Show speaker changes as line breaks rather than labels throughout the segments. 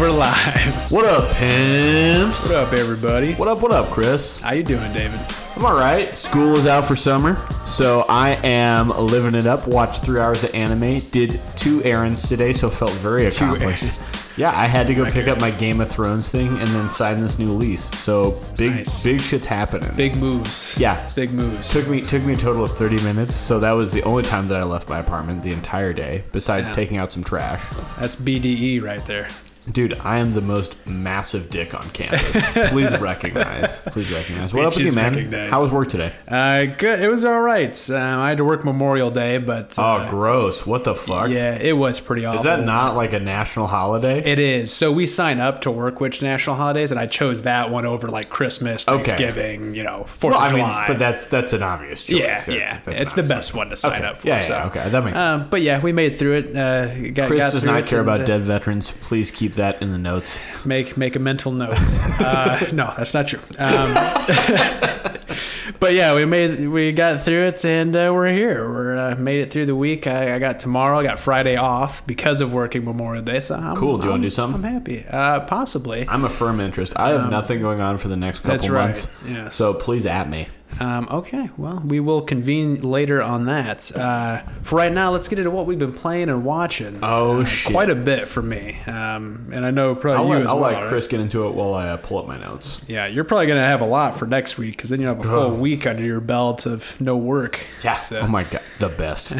we're live.
What up, pimps?
What up, everybody?
What up, what up, Chris?
How you doing, David?
I'm all right. School is out for summer, so I am living it up. Watched three hours of anime. Did two errands today, so felt very accomplished. Yeah, I had to go pick up my Game of Thrones thing and then sign this new lease. So big,
Nice.
big shit's happening.
Big moves.
Yeah.
Big moves.
Took me took me a total of 30 minutes, so that was the only time that I left my apartment the entire day, besides
Yeah.
taking out some trash.
That's BDE right there.
Dude, I am the most massive dick on campus. Please recognize. Please recognize. What up with
Bitches
you, man?
recognize.
How was work today?
Uh, good. It was all right. Um, I had to work Memorial Day, but
Oh,
uh,
gross. What the fuck?
yeah, oh it was pretty awful.
Is that not like a national holiday?
It is. So we sign up to work which national holidays, and I chose that one over like Christmas,
Okay.
Thanksgiving, you know, Fourth
well,
of
I mean,
July.
but that's that's an obvious choice.
yeah,
That's-
yeah,
that's
it's
an
the
obvious-
best one to sign
Okay.
up for.
Yeah,
so.
yeah, okay, that makes
Um, but yeah, we made through it. Uh, got,
Chris
got
does
through
not
it
care
and,
about
uh,
dead veterans. Please keep that in the notes.
make make a mental note. uh, no, that's not true. Um, but yeah, we made we got through it, and uh, we're here. We're uh, made it through the week. I, I got tomorrow. I got Friday off because of working Memorial Day. So I'm,
Cool. Do you wanna
I'm-
do something?
I'm happy. Uh, possibly.
I'm a firm interest. I have nothing going on for the next couple
Um, that's right,
months.
yes.
So please at me.
Um, okay. Well, we will convene later on that. Uh, for right now, let's get into what we've been playing and watching.
Oh,
Uh,
shit.
Quite a bit for me, um, and I know probably
I'll,
you
let,
as
I'll
well.
let
right?
Chris get into it while I uh, pull up my notes.
Yeah, you're probably gonna have a lot for next week because then you have a full
Ugh.
week under your belt of no work.
Yeah.
So-
Oh my god, the best.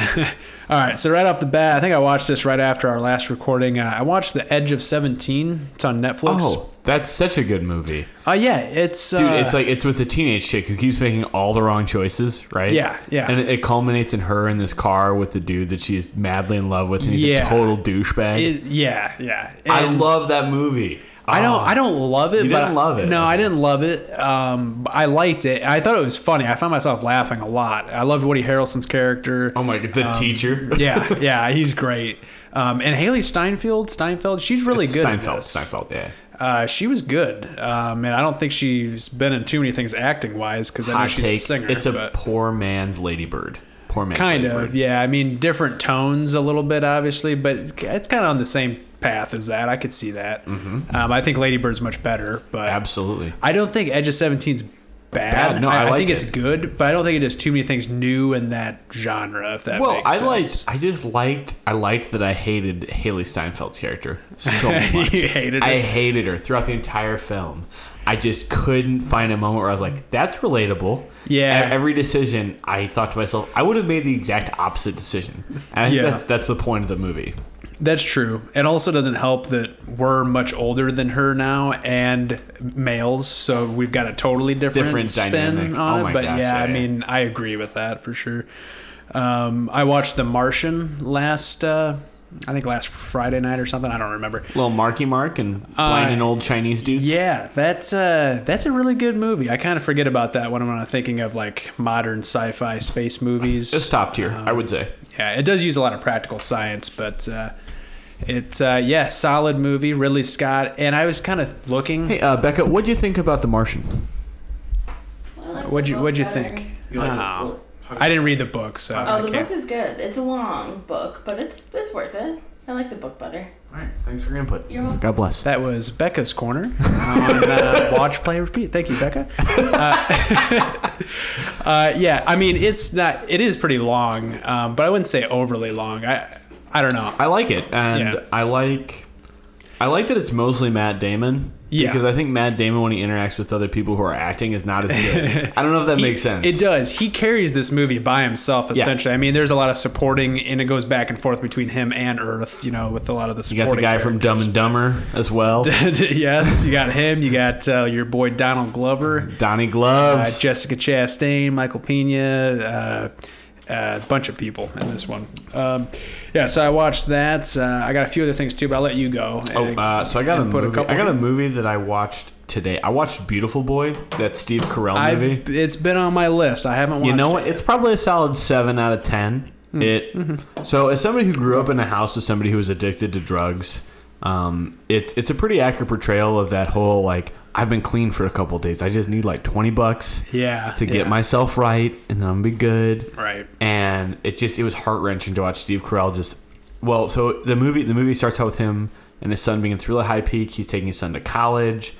All right. So right off the bat, I think I watched this right after our last recording. Uh, I watched The Edge of Seventeen. It's on Netflix.
oh, that's such a good movie.
Uh, yeah, it's
Dude,
uh,
it's like it's with a teenage chick who keeps making all the wrong choices, right?
Yeah, yeah.
And it, it culminates in her in this car with the dude that she's madly in love with, and he's
Yeah.
a total douchebag.
it- yeah, yeah.
I
And
love that movie.
I don't.
Ah.
I don't love it.
You
but
didn't love it.
No, I didn't love it. Um, but I liked it. I thought it was funny. I found myself laughing a lot. I loved Woody Harrelson's character.
Oh my god,
Um,
the teacher.
yeah, yeah, he's great. Um, and Haley Steinfeld, Steinfeld, she's really good. at
Seinfeld.
this.
Seinfeld. Yeah.
Uh, she was good, um, and I don't think she's been in too many things acting wise because I know
Hot
she's
take.
a singer.
it's a
but
poor man's Ladybird. Poor man's
kind
Lady
of
Bird.
yeah. I mean, different tones a little bit, obviously, but it's kind of on the same path as that. I could see that. Mm-hmm. Um, I think Lady Bird's much better, but
Absolutely.
I don't think Edge of Seventeen's bad.
Bad. No, I like
think it's
it.
good, but I don't think it does too many things new in that genre. If that
Well,
makes
I
sense.
liked. I just liked. I liked that I hated Haley Steinfeld's character so much.
you hated it.
I hated her throughout the entire film. I just couldn't find a moment where I was like, "That's relatable."
Yeah.
E- Every decision, I thought to myself, "I would have made the exact opposite decision." And I think
Yeah.
that's, that's the point of the movie.
That's true. It also doesn't help that we're much older than her now and males, so we've got a totally different,
Different
spin
dynamic.
on
Oh
it.
my
But
gosh,
yeah,
yeah,
I
yeah.
mean, I agree with that for sure. Um, I watched The Martian last, uh, I think last Friday night or something. I don't remember.
Little Marky Mark and blinding old Chinese dudes.
Uh, Yeah, that's uh, that's a really good movie. I kind of forget about that when I'm thinking of like modern sci-fi space movies.
It's top tier,
Uh,
I would say.
Yeah, it does use a lot of practical science, but uh, it's uh, yeah, solid movie. Ridley Scott, and I was kind of looking.
Hey, uh, Becca, what'd you think about The Martian?
what'd you What'd you think? Oh. I didn't read the book, so I
Oh, the
can't-
book is good. It's a long book, but it's it's worth it. I like the book better.
All right, thanks for your input.
You're welcome.
God bless.
that was Becca's corner on uh, Watch Play Repeat. Thank you, Becca. Uh, uh, yeah, I mean it's not. It is pretty long, um, but I wouldn't say overly long. I I don't know.
I like it, and
Yeah.
I like, I like that it's mostly Matt Damon.
Yeah.
Because I think Matt Damon, when he interacts with other people who are acting, is not as good. I don't know if that
He-
makes sense.
It does. He carries this movie by himself,
Yeah.
essentially. I mean, there's a lot of supporting, and it goes back and forth between him and Earth. You know, with a lot of the
You
supporting.
got the guy from Dumb and Dumber as well.
characters. yes, you got him. You got uh, your boy Donald Glover,
Donnie
uh,
Gloves.
Jessica Chastain, Michael Pena. Uh, uh, a bunch of people in this one. Um, yeah, so I watched that. Uh, I got a few other things too, but I'll let you go.
oh, uh, so I got a
and put a
movie.
couple
I got a
in.
movie that I watched today. I watched Beautiful Boy, that Steve Carell
I've,
movie.
it's been on my list. I haven't watched
you know what?
it. Hmm.
It's probably a solid seven out of ten. It
Mm-hmm.
so as somebody who grew up in a house with somebody who was addicted to drugs, um, it, it's a pretty accurate portrayal of that whole like I've been clean for a couple of days. I just need like twenty bucks
Yeah.
to get
yeah.
myself right, and then I'm gonna be good.
Right.
and it just it was heart wrenching to watch Steve Carell just well. So the movie the movie starts out with him and his son being through the high peak. He's taking his son to college,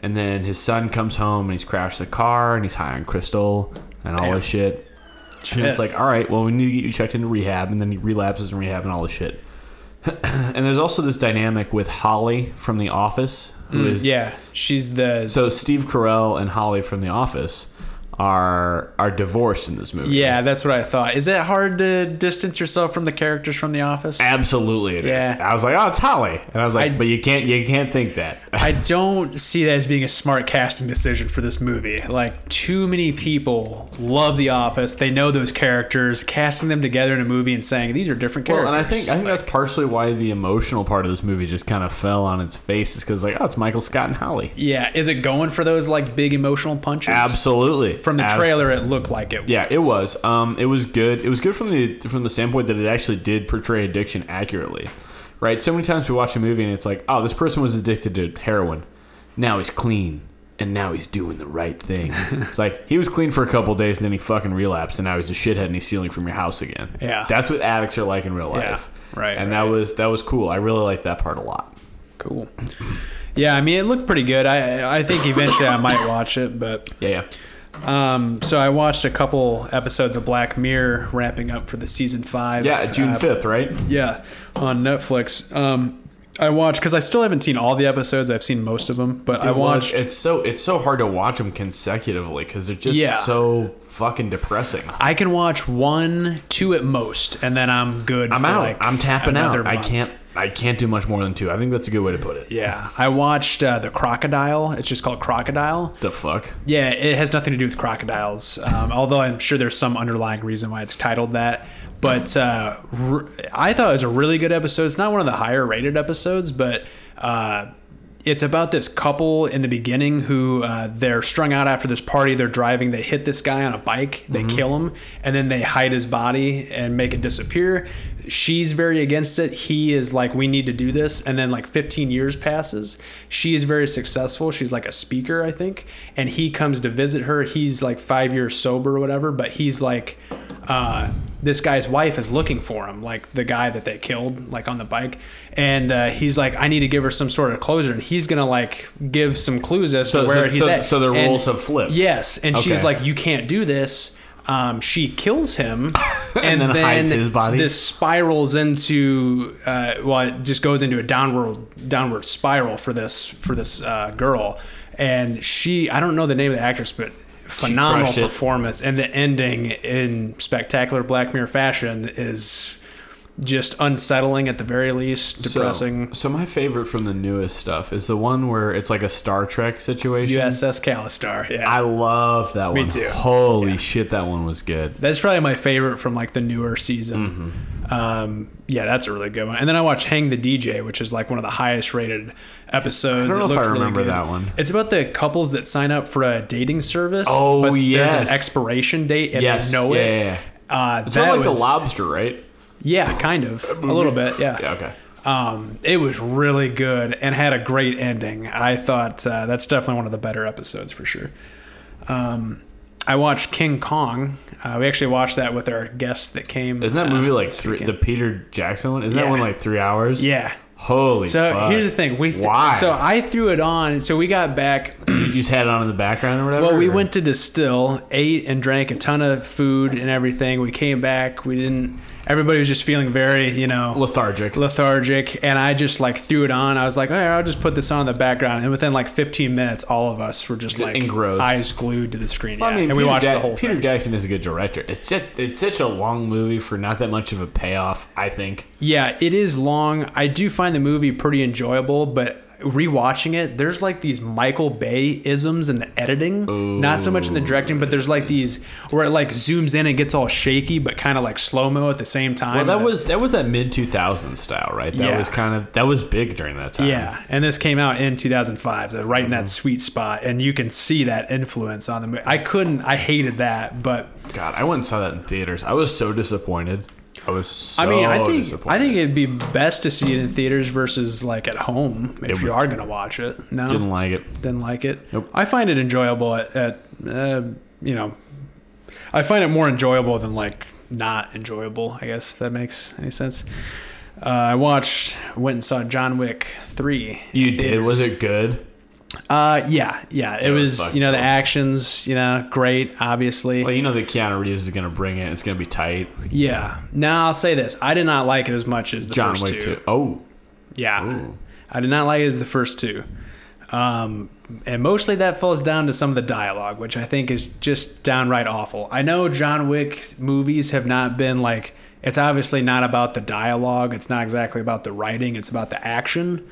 and then his son comes home and he's crashed the car and he's high on crystal and all
Damn.
this shit.
Shit.
And it's like, all right, well, we need to get you checked into rehab, and then he relapses and rehab and all this shit. and there's also this dynamic with Holly from The Office, who is
Mm, yeah, she's the
so Steve Carell and Holly from The Office are are divorced in this movie.
yeah. That's what I thought. Is it hard to distance yourself from the characters from The Office?
absolutely, it is.
Yeah.
I was like, oh, it's Holly, and I was like,
I-
but you can't you can't think that.
I don't see that as being a smart casting decision for this movie. Like, too many people love The Office. They know those characters. Casting them together in a movie and saying these are different characters.
Well, and I think I think that's partially why the emotional part of this movie just kind of fell on its face. Is because like, oh, it's Michael Scott and Holly.
yeah, is it going for those like big emotional punches?
Absolutely.
From the
Abs-
trailer, it looked like it.
Yeah, it was. Um, it was good. It was good from the from the standpoint that it actually did portray addiction accurately, right? So many times we watch a movie and it's like, oh, this person was addicted to heroin, now he's clean, and now he's doing the right thing. it's like he was clean for a couple days, and then he fucking relapsed, and now he's a shithead and he's stealing from your house again.
Yeah.
that's what addicts are like in real
Yeah,
life.
right,
and
right.
that was that was cool. I really liked that part a lot.
Cool. Yeah, I mean, it looked pretty good. I I think eventually I might watch it, but
Yeah, yeah.
um, so I watched a couple episodes of Black Mirror wrapping up for the season five.
Yeah, June
uh,
5th, right?
Yeah, on Netflix. Um, I watched because I still haven't seen all the episodes. I've seen most of them, but I
It was-
watched.
It's so it's so hard to watch them consecutively because they're just
Yeah.
so fucking depressing.
I can watch one, two at most, and then I'm good.
I'm
for
out.
like
I'm tapping out.
another
I
month.
can't. I can't do much more than two. I think that's a good way to put it.
Yeah, I watched uh, the Crocodile. It's just called Crocodile.
The fuck.
Yeah, it has nothing to do with crocodiles. Um, although I'm sure there's some underlying reason why it's titled that. But uh, r I I thought it was a really good episode. It's not one of the higher rated episodes, but uh, it's about this couple in the beginning who uh, they're strung out after this party. They're driving. They hit this guy on a bike. They kill him, and then they hide his body and make it disappear. She's very against it. He is like, we need to do this. And then like 15 years passes. She is very successful. She's like a speaker, I think. And he comes to visit her. He's like five years sober or whatever, but he's like, uh, this guy's wife is looking for him, like the guy that they killed, like on the bike. And uh, he's like, I need to give her some sort of closure. And he's going to like give some clues as
So-
to where
so-
he's
so-
at.
so their
And-
roles have flipped.
Yes. And she's
Okay.
like, You can't do this. Um, she kills him and,
then
then,
hides his body.
this spirals into uh, well it just goes into a downward downward spiral for this for this uh, girl and she i don't know the name of the actress but phenomenal
crushed it.
performance and the ending in spectacular black mirror fashion is just unsettling at the very least
So-
depressing
So, my favorite from the newest stuff is the one where it's like a Star Trek situation.
uss calistar yeah
I love that
Me
one.
too.
Holy shit, that one was good.
That's probably my favorite from like the newer season.
Mm-hmm.
Um, yeah, that's a really good one. And then I watched Hang the DJ, which is like one of the highest rated episodes.
I don't know if
looked
I
really
remember
good.
that one.
It's about the couples that sign up for a dating service.
Oh,
but There's
yes.
an expiration date and
Yes.
they know
yeah,
it.
yeah, yeah.
Uh,
It's
that
not like
was,
the lobster, right?
Yeah, kind of. A little bit, yeah.
Yeah. Okay.
Um, it was really good and had a great ending. I thought uh, that's definitely one of the better episodes for sure. Um, I watched King Kong. Uh, we actually watched that with our guest that came.
Isn't that
uh,
movie like
this
three?
weekend.
The Peter Jackson one? Isn't that
Yeah.
one like three hours?
yeah.
Holy.
So
fuck.
here's the thing. We
Why?
So I threw it on. So we got back.
you just had it on in the background or whatever.
Well, we
or-
went to distill, ate and drank a ton of food and everything. We came back. We didn't. Everybody was just feeling very, you know,
lethargic.
lethargic and i just like threw it on i was like all right i'll just put this on in the background and within like 15 minutes all of us were just like
Engrossed.
eyes glued to the screen
Well,
yeah. and we
Peter
watched
Jack-
the whole
Peter
thing
Jackson is a good director. It's just, it's such a long movie for not that much of a payoff. I think.
yeah it is long i do find the movie pretty enjoyable but rewatching it there's like these michael bay isms in the editing not so much in the directing but there's like these where it like zooms in and gets all shaky but kind of like slow-mo at the same time
Well, that
And
was that was that mid 2000s style, right? That
Yeah.
was kind of that was big during that time.
Yeah, and this came out in 2005, so right in
Mm-hmm.
that sweet spot, and you can see that influence on the movie. I couldn't, I hated that, but
God, I went and saw that in theaters. I was so disappointed. I was. so
I mean, I think
disappointed.
I think it'd be best to see it in theaters versus like at home if
It
you
would-
are gonna watch it. No,
didn't
didn't,
like it.
like it.
Nope.
I find it enjoyable at, at uh, you know, I find it more enjoyable than like not enjoyable. I guess if that makes any sense. Uh, I watched, went and saw John Wick three.
You
in
did. Was
theaters.
it good?
Uh, yeah, yeah. It
It was
was,
fucking
you know, the
awesome.
actions, you know, great, obviously.
Well, you know that Keanu Reeves is gonna bring it. It's gonna be tight.
yeah. Now I'll say this: I did not like it as much as the
John
first
Wick
two.
too. Oh,
Yeah,
Ooh.
I did not like it as the first two, um, and mostly that falls down to some of the dialogue, which I think is just downright awful. I know John Wick movies have not been like it's obviously not about the dialogue. It's not exactly about the writing. It's about the action.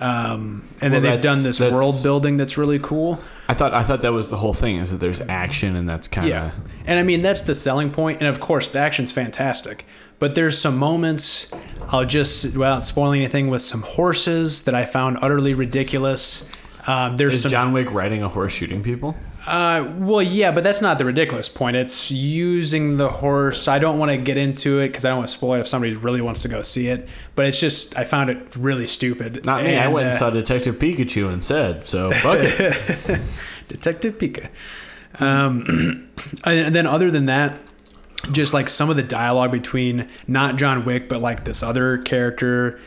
Um,
Well,
and then they've
that's-
done this
that's-
world building that's really cool.
I thought I thought that was the whole thing. Is that there's action and that's kind of
Yeah. And I mean, that's the selling point. And of course, the action's fantastic. But there's some moments, I'll just, without spoiling anything, with some horses that I found utterly ridiculous. Um, there's
is
some.
John Wick riding a horse shooting people?
uh, well, yeah, but that's not the ridiculous point. It's using the horse. I don't want to get into it because I don't want to spoil it if somebody really wants to go see it. But it's just, I found it really stupid.
Not me. I
And,
went and
uh,
saw Detective Pikachu instead. So fuck it.
Detective Pika. Um, and then other than that, just like some of the dialogue between not John Wick but like this other character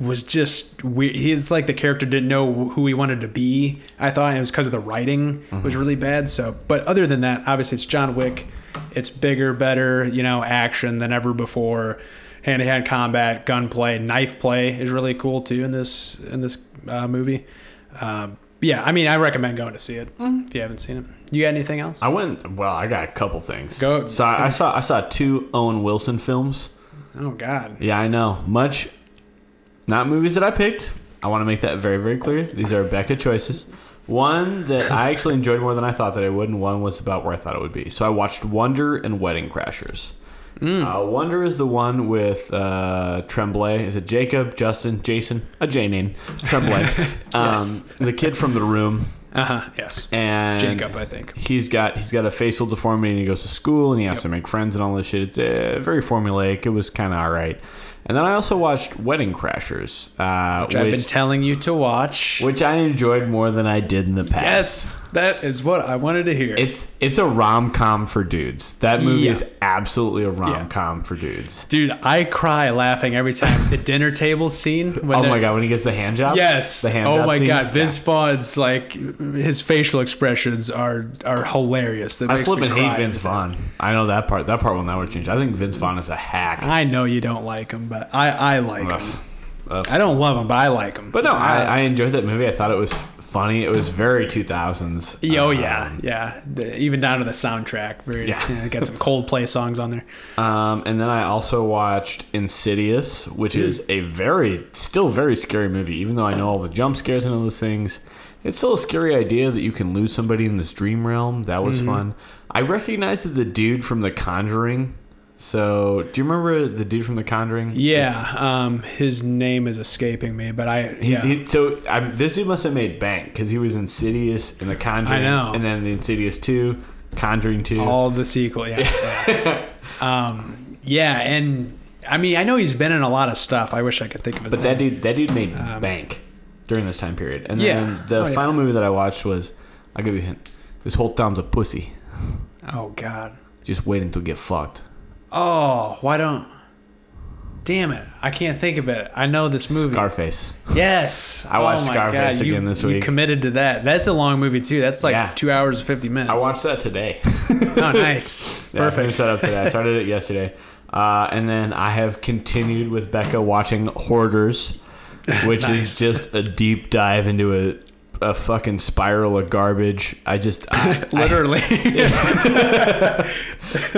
was just weird. He- It's like the character didn't know who he wanted to be. I thought and it was because of the writing was really bad. So, but other than that, obviously it's John Wick. It's bigger, better, you know, action than ever before. Hand to hand combat, gunplay, knife play is really cool too in this in this uh, movie. Um, yeah, I mean, I recommend going to see it if you haven't seen it. You got anything else?
I went. Well, I got a couple things.
Go-
So I, I saw I saw two Owen Wilson films.
oh God,
Yeah, I know. Much, not movies that I picked. I want to make that very, very clear. These are Becca choices. One that I actually enjoyed more than I thought that I would, and one was about where I thought it would be. So I watched Wonder and Wedding Crashers.
Mm.
Uh, Wonder is the one with uh, Tremblay. Is it Jacob, Justin, Jason? A J name. Tremblay. um,
Yes.
The kid from The Room.
uh huh, yes,
And
Jacob, I think.
he's got he's got a facial deformity and he goes to school and he has to make friends and all this shit. It's uh, very formulaic. It was kind of all right. And then I also watched Wedding Crashers, uh, which,
Which I've been telling you to watch.
which I enjoyed more than I did in the past.
Yes, that is what I wanted to hear.
It's it's a rom com for dudes. That movie
Yeah.
is absolutely a rom com for dudes.
Dude, I cry laughing every time. The dinner table scene. When
Oh
they're-
my god, when he gets the hand job.
Yes.
the hand
oh
job
my
scene?
God,
Yeah.
Vince Vaughn's like his facial expressions are are hilarious. That
I
makes me
flippin'
cry
hate
every
Vince
time. Mm.
Vaughn. I know that part. That part will never change. I think Vince Vaughn is a hack.
I know you don't like him, but I I like
Ugh.
him.
Ugh.
I don't love him, but I like him.
But no, I, I enjoyed that movie. I thought it was funny. It was very 2000s.
Yeah, Oh
Um,
yeah, yeah. The- even down to the soundtrack. Very,
Yeah.
yeah. got some Coldplay songs on there.
Um, and then I also watched Insidious, which
Hmm.
is a very, still very scary movie. Even though I know all the jump scares and all those things, it's still a scary idea that you can lose somebody in this dream realm. That was
Mm-hmm.
fun. I recognized that the dude from The Conjuring. So, do you remember the dude from The Conjuring?
Yeah, um, his name is escaping me, but I
He,
yeah.
he, so I, this dude must have made bank because he was Insidious in The Conjuring,
I know.
and then the Insidious Two, Conjuring Two.
all the sequel. Yeah, yeah. um, yeah, and I mean, I know he's been in a lot of stuff. I wish I could think of his.
But
name.
that dude, that dude made bank during this time period. And then
Um, Yeah.
the
Oh, yeah.
final movie that I watched was, I'll give you a hint. This whole town's a pussy,
oh God.
just waiting to get fucked.
Oh, why don't? Damn it! I can't think of it. I know this movie.
Scarface.
Yes, Oh,
I watched
my
Scarface
you-
again this
You
week.
committed to that. That's a long movie too. That's like
Yeah.
two hours and fifty minutes.
I watched that today.
Oh, nice.
Yeah, I
Perfect.
finished that up today. I started it yesterday, uh, and then I have continued with Becca watching Hoarders, which is
Nice.
just a deep dive into a a fucking spiral of garbage. I just I,
Literally.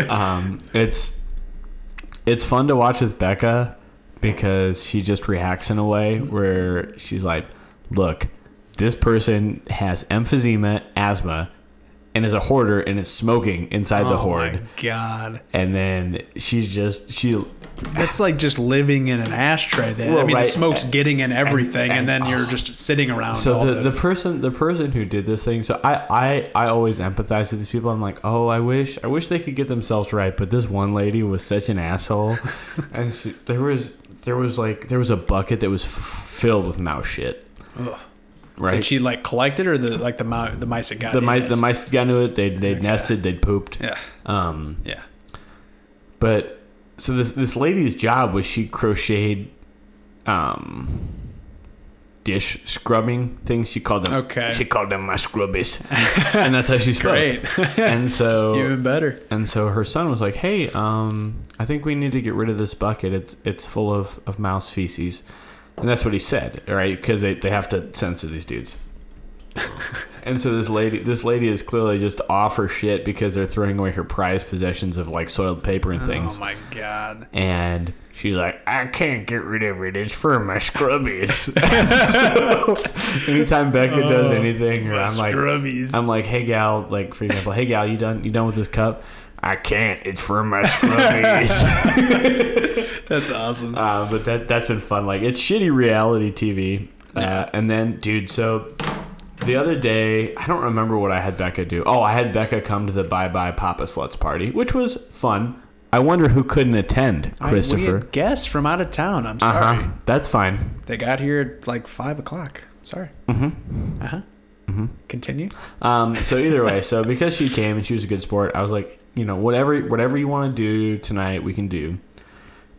um, it's it's fun to watch with Becca because she just reacts in a way where she's like, "Look, this person has emphysema, asthma, and is a hoarder and is smoking inside the
Oh, My
hoard."
God,
And then she's just she
that's like just living in an ashtray. Then
Well,
I mean,
right.
the smoke's getting in everything, and,
and- oh.
then you're just sitting around.
so
all
the,
the,
the person the person who did this thing so I, I i always empathize with these people i'm like oh i wish i wish they could get themselves right but this one lady was such an asshole and she, there was there was like there was a bucket that was f- filled with mouse shit
Ugh.
oh, right
did she like collect it, or the like the mi- the mice that got
the
in
mice
it?
the mice got into it they they
Okay.
nested they pooped
Yeah,
um
yeah.
but so this this lady's job was she crocheted um, dish scrubbing things. She called them.
Okay.
She called them my scrubbies, and that's how she spelled. it. And so
Even better.
and so her son was like, "Hey, um, I think we need to get rid of this bucket. It's it's full of, of mouse feces," and that's what he said, right? Because they, they have to censor these dudes. and so this lady this lady is clearly just off her shit because they're throwing away her prized possessions of like soiled paper and things.
Oh my god.
and she's like, "I can't get rid of it. It's for my scrubbies." Anytime Becca does
Oh,
anything, or
my
I'm like,
scrubbies.
I'm like, hey gal, like for example, hey gal, you done you done with this cup? I can't. It's for my scrubbies.
That's awesome.
uh, but that that's been fun. Like it's shitty reality TV. Uh, and then, dude, so the other day, I don't remember what I had Becca do. Oh, I had Becca come to the Bye Bye Papa Sluts party, which was fun. I wonder who couldn't attend,
I, we
Christopher.
had guests from out of town. I'm
Uh
sorry.
huh. That's fine.
They got here at like five o'clock. Sorry.
Mm-hmm.
Uh huh. Continue.
Um, so either way, so because she came and she was a good sport, I was like, you know, whatever, whatever you want to do tonight, we can do.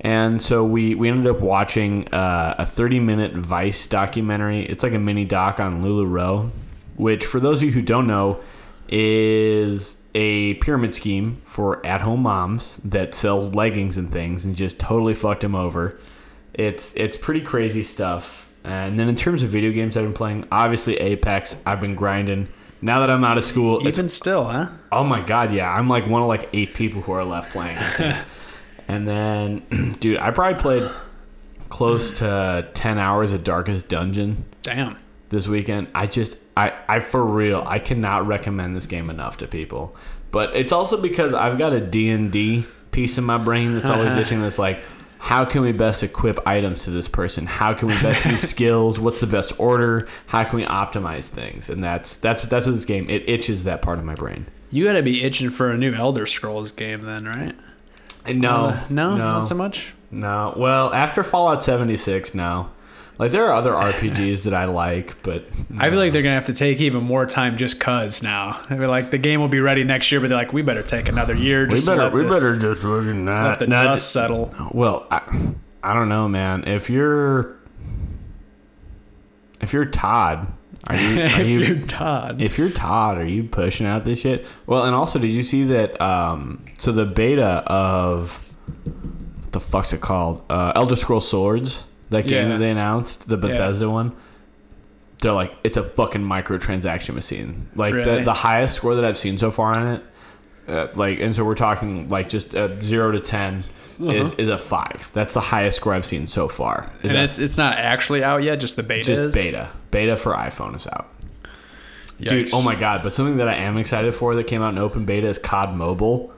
And so we we ended up watching uh, a 30 minute Vice documentary. It's like a mini doc on Lularoe, which for those of you who don't know, is a pyramid scheme for at home moms that sells leggings and things and just totally fucked them over. It's it's pretty crazy stuff. And then in terms of video games I've been playing, obviously Apex. I've been grinding. Now that I'm out of school, it's
Even still, huh?
Oh my god, yeah. I'm like one of like eight people who are left playing. I think. and then, dude, I probably played close to ten hours of Darkest Dungeon
Damn.
this weekend. I just, I, I for real, I cannot recommend this game enough to people. But it's also because I've got a D and D piece in my brain that's always itching. That's like, how can we best equip items to this person? How can we best use skills? What's the best order? How can we optimize things? And that's that's that's what this game it itches that part of my brain.
You gotta be itching for a new Elder Scrolls game then, right?
And No,
Uh, no,
no,
not so much.
no. Well, after Fallout 76, no. Like there are other RPGs that I like, but
I feel like they're gonna have to take even more time just cause now. I mean, like the game will be ready next year, but they're like, we better take another year.
we
Just to
better
let
we
this-
better just look at
let
that.
the
not-
dust settle.
Well, I, I don't know, man. If you're if you're Todd, are you, are
if
you
you're Todd,
if you're Todd, are you pushing out this shit? Well, and also, did you see that? Um, so the beta of what the fuck's it called? Uh, Elder Scroll Swords, that game
Yeah.
that they announced, the Bethesda one. They're like, it's a fucking microtransaction machine. Like
Really?
the, the highest score that I've seen so far on it, uh, like, and so we're talking like just uh, zero to 10 is is a five. That's the highest score I've seen so far. Is
Uh-huh. and
that-
it's it's not actually out yet. Just the beta.
just
is?
beta. Beta for iPhone is out. Dude,
Yikes.
oh my god! But something that I am excited for that came out in open beta is COD Mobile.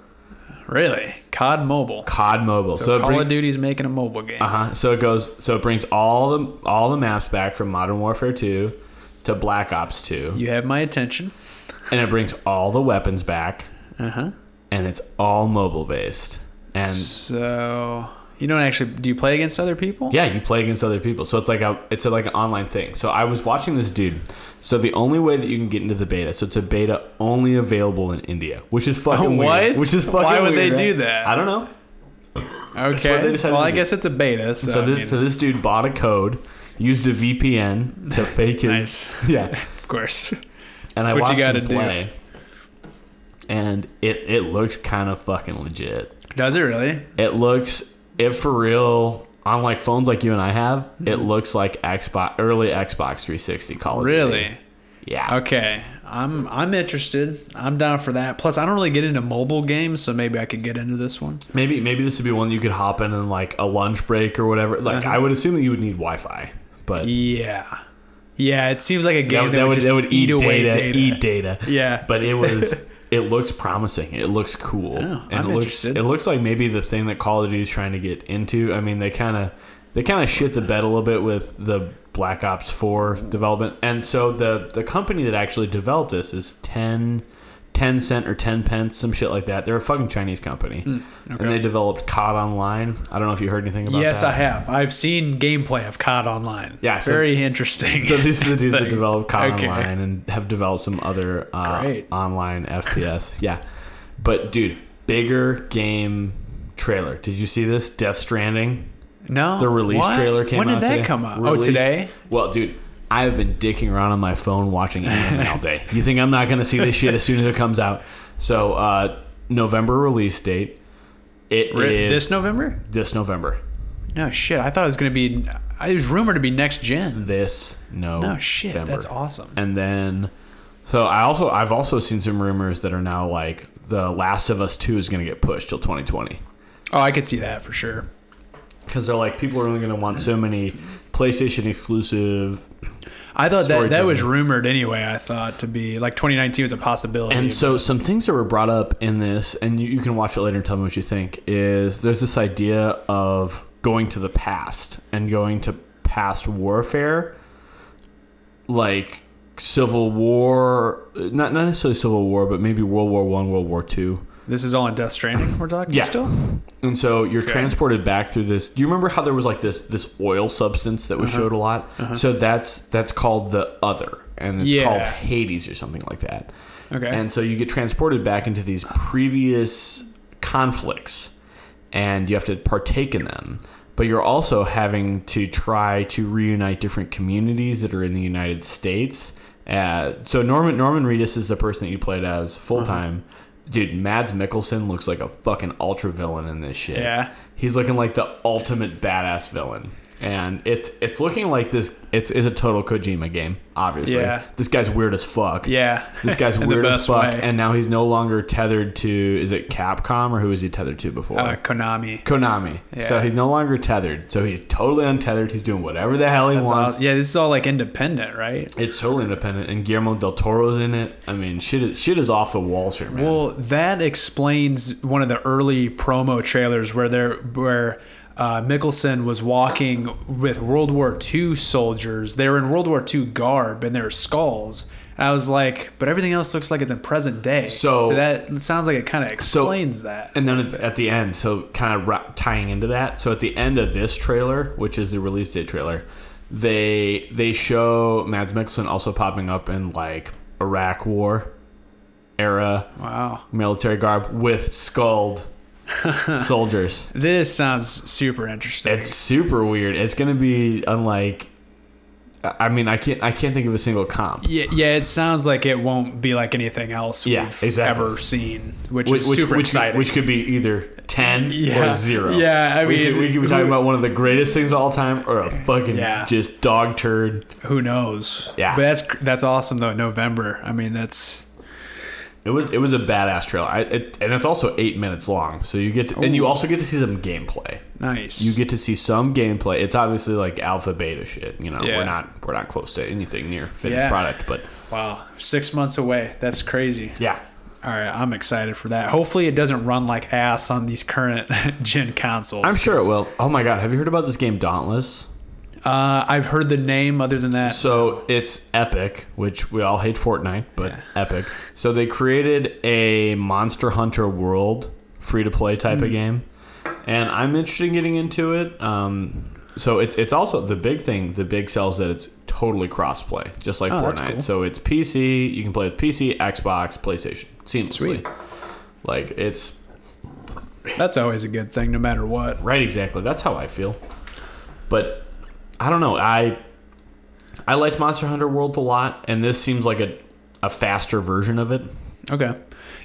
Really, COD Mobile.
COD Mobile.
So,
So, it
Call of
brings,
Duty's making a mobile game.
uh huh. So it goes. So it brings all the all the maps back from Modern Warfare Two to Black Ops Two,
You have my attention.
and it brings all the weapons back,
Uh huh.
Uh-huh. and it's all mobile based. And
So you don't actually do you play against other people?
yeah, you play against other people. So it's like a it's like an online thing. So I was watching this dude. So the only way that you can get into the beta, so it's a beta only available in India, which is fucking
What?
weird. Which is fucking
Why would they
weird, right?
do that?
I don't know. what they
Okay.
decided
Well,
to
I
do.
guess it's a beta. So,
So
I
this
mean,
so this dude bought a code, used a VPN to fake his
Nice.
yeah,
of course.
and
That's
I
what
watched
you gotta
him
do.
play, and it it looks kind of fucking legit.
Does it really?
It looks if for real on like phones like you and I have, it
Mm-hmm.
looks like Xbox early Xbox 360 Call of Duty.
Really?
Oh, Yeah.
Okay. I'm I'm interested. I'm down for that. Plus, I don't really get into mobile games, so maybe I could get into this one.
Maybe maybe this would be one you could hop in and like a lunch break or whatever. Like
Uh-huh.
I would assume that you would need Wi-Fi, but
Yeah. Yeah. It seems like a
that,
game
would-
that,
that would
just
that would
eat away data.
eat data.
Yeah.
but it was it looks promising. It looks cool.
Oh,
and
I'm
it looks
interested.
it looks like maybe the thing that Call of Duty is trying to get into. I mean, they kind of they kind of shit the bed a little bit with the Black Ops 4 development. And so the the company that actually developed this is 10 10 cent or 10 pence, some shit like that. They're a fucking Chinese company.
Hmm, okay.
And they developed COD Online. I don't know if you heard anything about
yes,
that.
I have. I've seen gameplay of COD online.
Yeah, so-
Very interesting.
So these are the dudes that
Thing.
develop COD
Okay.
Online and have developed some other uh,
Great.
online FPS. Yeah, but dude, bigger game trailer. Did you see this Death Stranding?
No.
The release
Oh, What?
trailer came
When
out
did that
today.
come out? Oh,
Release-
today?
Well, dude, I've been dicking around on my phone watching anime all day. You think I'm not going to see this shit as soon as it comes out? So, uh, November release date. It
Re-
is
This November?
this November.
No shit. I thought it was gonna be. It was rumored to be next gen.
This no.
No shit. That's awesome.
And then, so I also I've also seen some rumors that are now like the Last of Us Two is going to get pushed till 2020.
Oh, I could see that for sure.
because they're like people are only going to want so many PlayStation exclusive,
I thought that that
Storytelling.
was rumored anyway. I thought to be like 2019 was a possibility.
and so some things that were brought up in this, and you, you can watch it later and tell me what you think. Is there's this idea of going to the past and going to past warfare, like Civil War, not not necessarily Civil War, but maybe World War One, World War Two.
this is all in Death Stranding. We're talking
Yeah.
still.
And so you're
Okay.
transported back through this. Do you remember how there was like this this oil substance that was
Uh-huh.
showed a lot? So that's that's called the other, and it's
Yeah.
called Hades or something like that.
Okay.
And so you get transported back into these previous conflicts, and you have to partake in them. But you're also having to try to reunite different communities that are in the United States. Uh, so Norman Norman Reedus is the person that you played as full time.
Uh-huh.
Dude, Mads Mikkelsen looks like a fucking ultra villain in this shit.
Yeah.
he's looking like the ultimate badass villain, and it's it's looking like this. It's is a total Kojima game, obviously.
Yeah.
this guy's weird as fuck.
yeah.
This guy's
In the
weird as
best
fuck,
way.
and now he's no longer tethered to. Is it Capcom or who was he tethered to before?
uh, Konami.
Konami.
Yeah.
So he's no longer tethered. So he's totally untethered. He's doing whatever the hell he
That's
wants.
awesome. Yeah, this is all like independent, right?
It's totally independent, and Guillermo del Toro's in it. I mean, shit is shit is off the walls here, man.
Well, that explains one of the early promo trailers where there where uh, Mickelson was walking with World War II soldiers. They were in World War II garb and they were skulls. And I was like, but everything else looks like it's in present day.
So-
that sounds like it kind of explains that.
and then at, at the end, so kind of ra- tying into that. So at the end of this trailer, which is the release date trailer, they they show Mads Mikkelsen also popping up in like Iraq War era
Wow,
military garb with skulled soldiers.
this sounds super interesting.
It's super weird. It's gonna be unlike. I I mean, I can't. I can't think of a single comp.
yeah, yeah, it sounds like it won't be like anything else
Yeah,
we've
exactly.
ever seen, which, is super
which,
exciting.
Which could be either ten
Yeah.
or zero.
Yeah, I
we could,
mean,
we could be talking
who-
about one of the greatest things of all time, or a fucking
Yeah.
just dog turd.
Who knows?
Yeah.
but that's that's awesome though. November. I mean, that's
It was it was a badass trailer, I, it, and it's also eight minutes long. So you get to, and you also get to see some gameplay.
nice.
You get to see some gameplay. It's obviously like alpha beta shit. You know,
Yeah.
we're not we're not close to anything near finished
Yeah.
product, but
wow, six months away. That's crazy.
yeah,
All right, I'm excited for that. Hopefully, it doesn't run like ass on these current gen consoles.
I'm sure it
'cause,
will. Oh my god, have you heard about this game Dauntless?
Uh, I've heard the name. Other than that,
So it's Epic, which we all hate Fortnite, but Epic. So they created a Monster Hunter World free to play type
Hmm.
of game, and I'm interested in getting into it. Um, so it's it's also the big thing. The big sells that it's totally cross play, just like
Oh, that's
Fortnite.
cool.
So it's PC. You can play with PC, Xbox, PlayStation, seamlessly.
Sweet.
Like it's
that's always a good thing, no matter what.
Right, exactly. That's how I feel. But I don't know. I I liked Monster Hunter World a lot, and this seems like a a faster version of it.
Okay.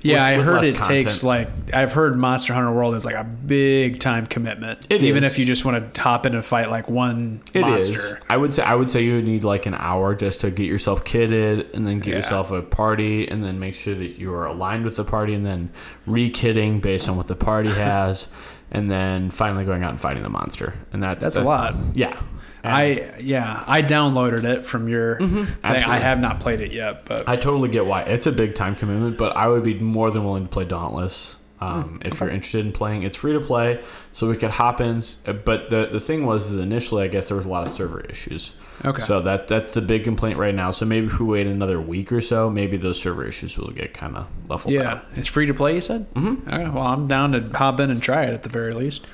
Yeah,
With-
I
with
heard
less
it takes
content.
like I've heard Monster Hunter World is like a big time commitment.
It
even
is.
if you just want to hop in and fight like one
It is.
monster.
I would say I would say you would need like an hour just to get yourself kitted, and then get
Yeah.
yourself a party, and then make sure that you are aligned with the party, and then re-kitting based on what the party has, and then finally going out and fighting the monster. And that
That's a lot.
Yeah. Mm-hmm.
I yeah, I downloaded it from your thing. I
absolutely.
have not played it yet, but
I totally get why it's a big time commitment, but I would be more than willing to play Dauntless
Hmm,
um, if you're interested in playing. It's free to play, so we could hop in. s- uh, But the the thing was, is initially I guess there was a lot of server issues.
Okay.
So that that's the big complaint right now. So maybe if we wait another week or so, maybe those server issues will get kind of leveled
yeah,
out.
it's free to play. You said. Mm-hmm. Okay, well, I'm down to hop in and try it at the very least.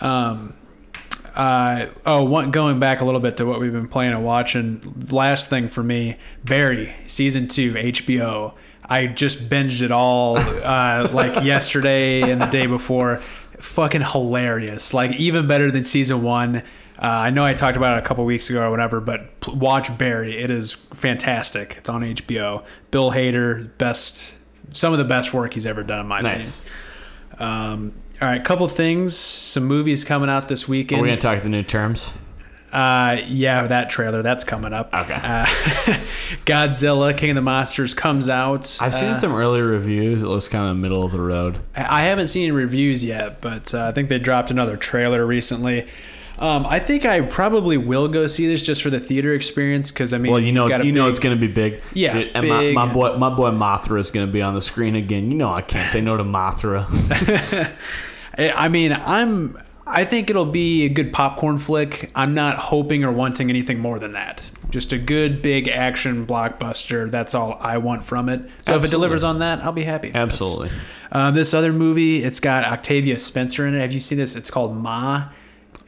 Um, uh, oh, one, going back a little bit to what we've been playing and watching. Last thing for me, Barry season two HBO. I just binged it all uh, like yesterday and the day before. fucking hilarious. Like even better than season one. Uh, I know I talked about it a couple weeks ago or whatever, but p- watch Barry. It is fantastic. It's on HBO. Bill Hader, best, some of the best work he's ever done in my
Nice.
opinion. Um, all right, couple things. Some movies coming out this
Are
weekend.
we gonna talk the new terms?
Uh, yeah, that trailer that's coming up.
Okay.
Uh, Godzilla, King of the Monsters comes out.
I've seen
Uh,
some early reviews. It looks kind of middle of the road.
I I haven't seen reviews yet, but uh, I think they dropped another trailer recently. Um, I think I probably will go see this just for the theater experience because I mean,
Well, you know, you
got a
know
big-
it's gonna be big.
Yeah,
Dude, and my,
big.
my boy, my boy Mothra is gonna be on the screen again. You know, I can't say no to Mothra.
I I mean, I'm. I think it'll be a good popcorn flick. I'm not hoping or wanting anything more than that. Just a good big action blockbuster. That's all I want from it. So if
Absolutely.
it delivers on that, I'll be happy. That's-
Absolutely.
Uh, this other movie, it's got Octavia Spencer in it. Have you seen this? It's called Ma.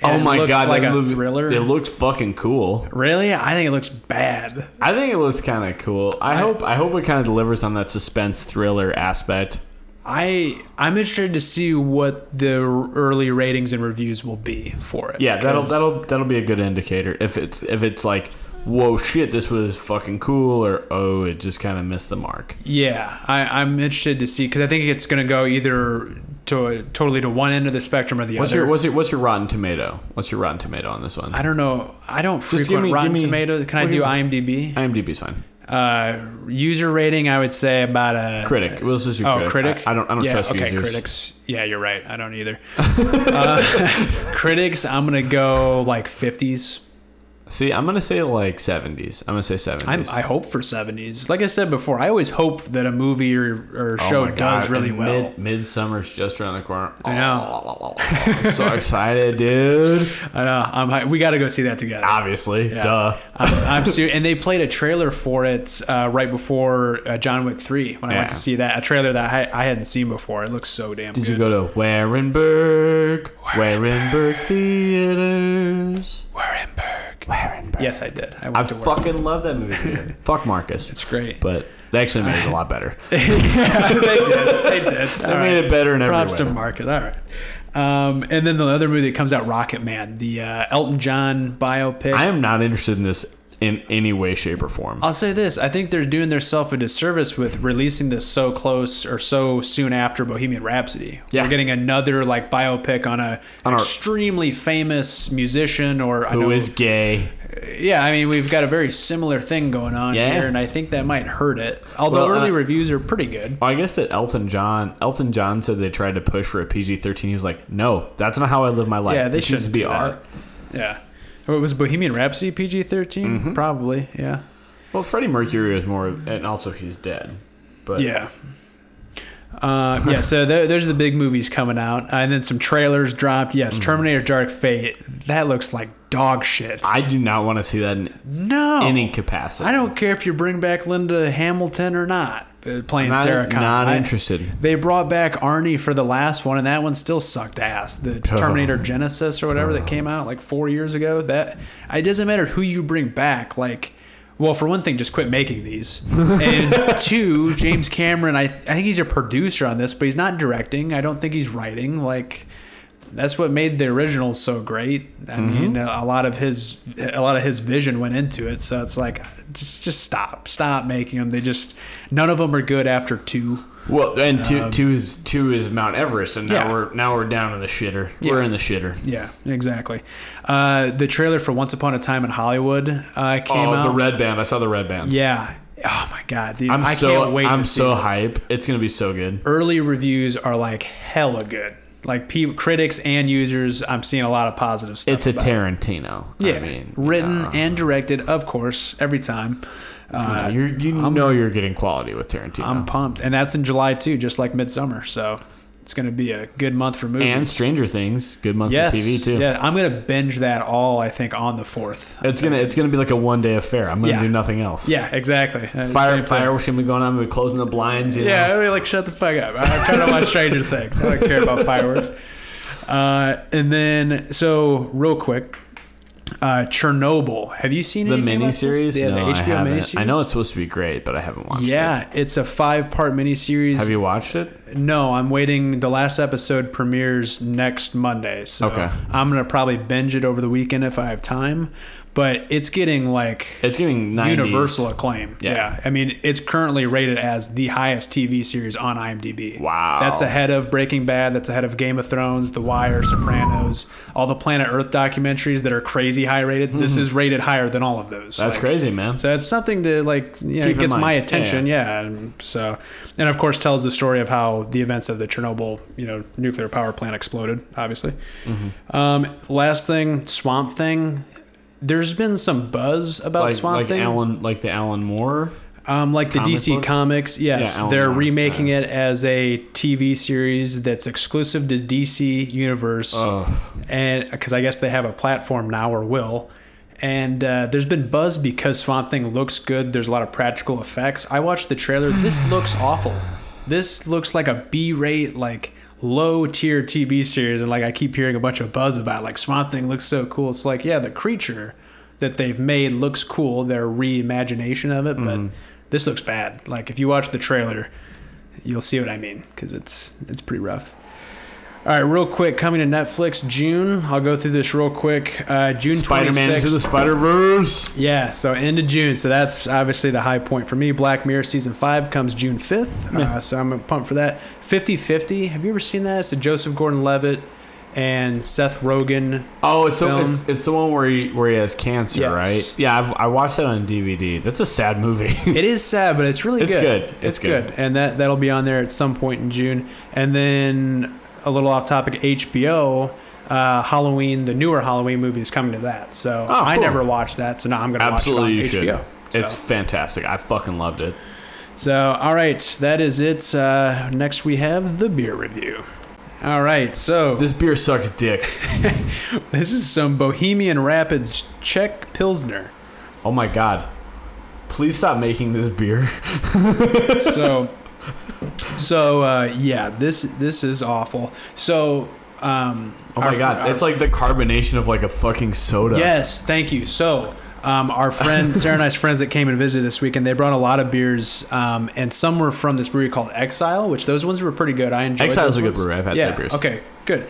oh
And it
my
looks
god,
like
that
a
movie-
thriller.
It looked fucking cool.
really? I think it looks bad.
I think it looks kind of cool. I, hope I hope it kind of delivers on that suspense thriller aspect.
I I'm interested to see what the early ratings and reviews will be for it.
Yeah, that'll
'cause-
that'll that'll be a good indicator if it's if it's like whoa shit this was fucking cool or oh it just kind of missed the mark.
Yeah, I, I'm interested to see because I think it's going to go either to totally to one end of the spectrum or the
What's
other.
your what's your what's your Rotten Tomato? What's your Rotten Tomato on this one?
I don't know. I don't
give
frequent
me- give
Rotten
me-
Tomatoes. Can I
what do
do
you-
IMDb?
IMDb's fine.
Uh, user rating, I would say about a
Critic. We'll just do
Oh,
critic.
critic.
I, I don't I don't
yeah,
trust
okay,
users.
critics. Yeah, you're right. I don't either. uh, critics, I'm gonna go like 50s.
See, I'm gonna say like 70s. I'm gonna say 70s.
I'm, I hope for 70s. Like I said before, I always hope that a movie or, or
Oh
show
my God,
does really
and
well.
Mid, midsummer's just around the corner.
I
know. I'm so excited, dude.
I know. I'm, hy- we got to go see that together.
Obviously,
Yeah.
Ah, duh.
I'm, I'm serious. And they played a trailer for it uh, right before uh, John Wick 3 when I
Yeah.
went to see that. A trailer that I, I hadn't seen before. It looks so damn
Did
good.
you go to Warenberg? Warenberg theaters.
Warenberg.
Warenberg.
Yes, I did. I went
I
to work.
fucking love that movie. Fuck Marcus.
It's great.
but they actually made it a lot better.
they did. They did.
They
All
made
right.
it better in every
Props to
way.
Marcus. All right. Um, and then the other movie that comes out, Rocket Man, the uh, Elton John biopic.
I am not interested in this in any way, shape, or form.
I'll say this: I think they're doing themselves a disservice with releasing this so close or so soon after Bohemian Rhapsody.
Yeah.
We're getting another like biopic on a
On our-
extremely famous musician or I
Who
know,
is gay?
yeah. I mean, we've got a very similar thing going on
Yeah.
here, and I think that might hurt it. Although
Well,
early
uh,
reviews are pretty good.
I guess that Elton John. Elton John said they tried to push for a PG thirteen. He was like, "No, that's not how I live my life.
Yeah, they
It needs to
should
be
be
R."
Yeah. Oh, it was Bohemian Rhapsody PG 13
Mm-hmm.
probably. Yeah.
Well, Freddie Mercury is more, and also he's dead. But
Yeah. Uh, yeah, so th- those are the big movies coming out, and then some trailers dropped.
Mm-hmm.
Yes, Terminator: Dark Fate. That looks like dog shit.
I do not want to see that in
No,
any capacity.
Oh, I don't care if you bring back Linda Hamilton or not. uh, Playing
Not,
Sarah Connor.
not
I-
interested.
They brought back Arnie for the last one, and that one still sucked ass. The Terminator Genesis or whatever that came out like four years ago. That it doesn't matter who you bring back. Like, well, for one thing, just quit making these. And two, James Cameron. I I think he's a producer on this, but he's not directing. I don't think he's writing. Like. That's what made the original so great. I mean, a a lot of his a lot of his vision went into it. So it's like, just just stop, stop making them. They just none of them are good after two.
Well, and two, two is two is Mount Everest, and now
Um, Yeah.
we're now we're down in the shitter.
Yeah.
We're in the shitter.
Yeah, exactly. Uh, the trailer for Once Upon a Time in Hollywood uh, came
oh,
out.
the red band! I saw the red band.
yeah. Oh my god, dude!
I'm
I
so
can't wait.
I'm
to see
so
this.
hype. It's gonna be so good.
Early reviews are like hella good. Like people, critics and users, I'm seeing a lot of positive stuff.
It's a
about it.
Tarantino.
yeah,
I mean,
written
yeah.
and directed, of course, every time.
Yeah,
Uh,
you're, you know you're getting quality with Tarantino.
I'm pumped, and that's in July too, just like Midsummer. So it's gonna be a good month for movies.
and Stranger Things, good month
yes,
of TV too.
Yeah, I'm gonna binge that all. I think on the fourth.
It's gonna it's gonna be like a one day affair. I'm gonna
Yeah.
do nothing else.
Yeah, exactly. Uh,
Fire
same thing.
fireworks gonna be going on. We're closing the blinds. You
Yeah,
know?
I mean, like shut the fuck up. I'm trying to watch Stranger Things. I don't care about fireworks. Uh, and then, so real quick, uh, Chernobyl. Have you seen
the
anything about this?
miniseries.
Yeah,
no,
the
I
HBO
haven't.
miniseries.
I know it's supposed to be great, but I haven't watched it.
Yeah, it's a five-part miniseries.
Have you watched it?
no, I'm waiting. The last episode premieres next Monday, so
Okay.
I'm gonna probably binge it over the weekend if I have time. But it's getting like
It's getting 90s.
universal acclaim.
Yeah.
Yeah. I mean, it's currently rated as the highest TV series on IMDb.
Wow.
That's ahead of Breaking Bad. That's ahead of Game of Thrones, The Wire, Sopranos, all the Planet Earth documentaries that are crazy high rated. This is rated higher than all of those.
Hmm. That's
Like,
crazy, man.
So it's something to like, you
Keep
know,
in
it gets
mind.
my
Yeah,
attention. Yeah, And so, and of course, tells the story of how the events of the Chernobyl, you know, nuclear power plant exploded, obviously.
Mm-hmm.
Um, last thing, Swamp Thing. There's been some buzz about
like
Swamp
like
Thing.
Alan, like the Alan Moore.
Um, like the
Comic
DC
book?
Comics, yes,
Yeah, Alan
they're
Moore,
remaking it as a TV series that's exclusive to DC Universe,
Oh,
and because I guess they have a platform now or will. And uh, there's been buzz because Swamp Thing looks good. There's a lot of practical effects. I watched the trailer. This looks awful. This looks like a B-rate, like low tier TV series. And like I keep hearing a bunch of buzz about like Swamp Thing looks so cool. It's like yeah, the creature that they've made looks cool. Their reimagination of it,
Mm-hmm.
but this looks bad. Like if you watch the trailer, you'll see what I mean because it's it's pretty rough. All right, real quick, coming to Netflix June. I'll go through this real quick. Uh, June
Spider Man
26th.
to the Spider Verse.
yeah, so end of June. So that's obviously the high point for me. Black Mirror season five comes June 5th. Uh, so I'm pumped for that. 50 50. Have you ever seen that? It's a Joseph Gordon Levitt and Seth Rogen.
Oh, it's the,
Film.
it's, it's the one where he where he has cancer,
Yes.
right? Yeah, I've, I watched that on DVD. That's a sad movie.
It is sad, but it's really
It's
good.
good.
It's,
It's good.
good. And that, that'll be on there at some point in June. And then a little off topic HBO. Uh, Halloween, the newer Halloween movie is coming to that. So
Oh,
I
cool.
never watched that. So now I'm going to watch it on
Absolutely, you
HBO.
should.
So.
It's fantastic. I fucking loved it.
So, all right, that is it. Uh, next, we have the beer review. All right, so this,
This beer sucks dick.
this is some Bohemian Rapids Czech Pilsner.
Oh my god. Please stop making this beer.
So, so uh, yeah, this this is awful. So, um,
Oh my
our-
god.
our-
it's like the carbonation of like a fucking soda.
Yes, thank you. So, um, our friend Sarah and I's friends that came and visited this weekend, they brought a lot of beers, um, and some were from this brewery called Exile, which those ones were pretty good. I enjoyed.
Exile's
those
a good
ones.
brewery. I've had
yeah.
their beers.
Okay, good.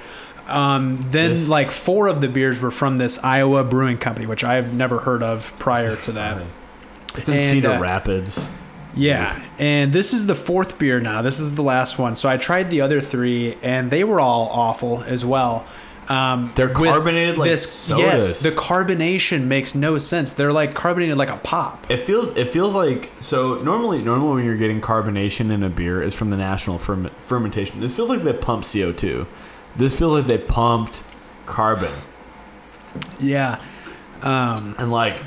Um, then,
This-
like four of the beers were from this Iowa Brewing Company, which I've never heard of prior to that.
It's in
And,
Cedar
uh,
Rapids.
Yeah, and this is the fourth beer now. This is the last one. So I tried the other three, and they were all awful as well. Um,
They're
with
carbonated like sodas.
Yes, the carbonation makes no sense. They're like carbonated like a pop.
It feels it feels like so normally normally when you're getting carbonation in a beer is from the natural ferm- fermentation. This feels like they pumped CO2. This feels like they pumped carbon.
Yeah, um,
And like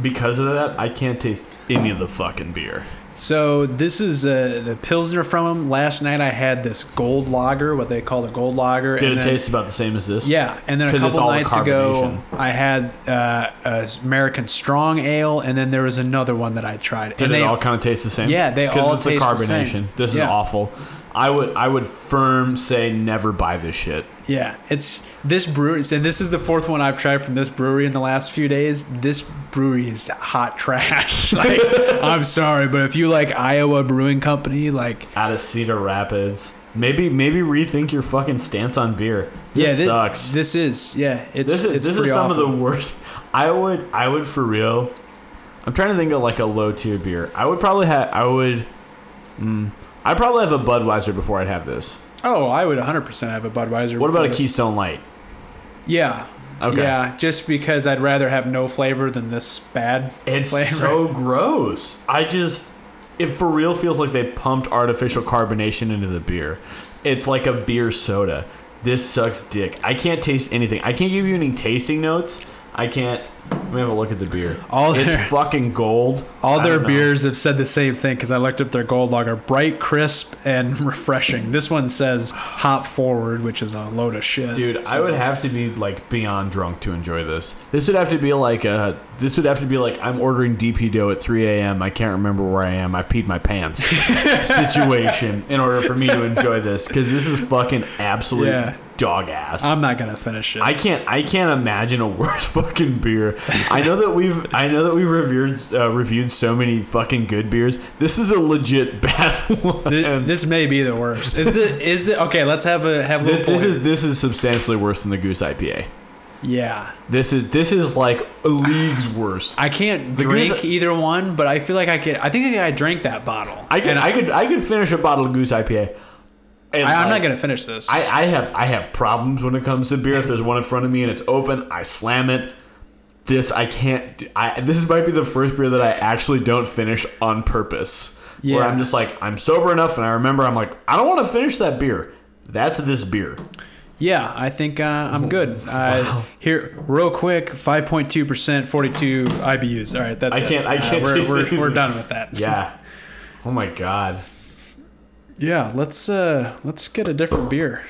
because of that, I can't taste any of the fucking beer.
so this is uh, the pilsner from them. Last night I had this gold lager, what they call a gold lager.
Did
and
it
then-
taste about the same as this?
Yeah, and then a
'Cause it's
couple
all the
nights ago,
carbonation.
I had uh, a American Strong Ale, and then there was another one that I tried.
Did
and
it
they
all kind of taste the same?
Yeah, they
'Cause
all
it's the
taste the
carbonation.
same.
This is
Yeah.
awful. I would I would firm say never buy this shit.
Yeah, it's this brewery. So this is the fourth one I've tried from this brewery in the last few days. This brewery is hot trash. like, I'm sorry, but if you like Iowa Brewing Company, like,
Out of Cedar Rapids. Maybe maybe rethink your fucking stance on beer. This
yeah, thi-
sucks.
This is yeah, it's
This is
it's
this is
pretty
some
awful.
of the worst. I would I would for real. I'm trying to think of like a low tier beer. I would probably have I would. Mm, I'd probably have a Budweiser before I'd have this.
Oh, I would 100 percent have a Budweiser.
What
before
about a
this.
Keystone Light?
Yeah.
Okay.
Yeah, just because I'd rather have no flavor than this bad
It's
flavor.
so gross. I just it for real feels like they pumped artificial carbonation into the beer. It's like a beer soda. This sucks dick. I can't taste anything. I can't give you any tasting notes. I can't let me have a look at the beer.
All
it's
their-
fucking gold.
All
I
their
don't know.
beers have said the same thing because I looked up their gold lager: bright, crisp, and refreshing. This one says "hop forward," which is a load of shit.
Dude, I
So-
would have to be like beyond drunk to enjoy this. This would have to be like a. This would have to be like I'm ordering DP dough at 3 a.m. I can't remember where I am. I've peed my pants. situation in order for me to enjoy this because this is fucking absolute
Yeah.
dog ass.
I'm not gonna finish it.
I can't. I can't imagine a worse fucking beer. I know that we've. I know that we reviewed uh, reviewed so many fucking good beers. This is a legit bad one.
Thi- this, may be the worst. Is the is the okay? Let's have a have a little.
This, this
point.
is this is substantially worse than the Goose IPA.
yeah.
This is this is like leagues worse.
I can't
The
drink
Goose-
either one, but I feel like I could. I think I drank that bottle.
I could
And
I could I could finish a bottle of Goose IPA. And
I, am
like,
not gonna finish this.
I, I have I have problems when it comes to beer. If there's one in front of me and it's open, I slam it. This I can't. do- I this might be the first beer that I actually don't finish on purpose. Where
Yeah.
I'm just like I'm sober enough, and I remember I'm like I don't want to finish that beer. That's this beer.
yeah, I think uh,
Oh,
I'm good. Uh, here, real quick, 5.2 percent, 42 IBUs. All right, that's.
I
it.
can't- I
Uh,
can't taste
we're,
it.
we're, we're done with that.
Yeah. Oh my god.
Yeah. Let's uh let's get a different beer.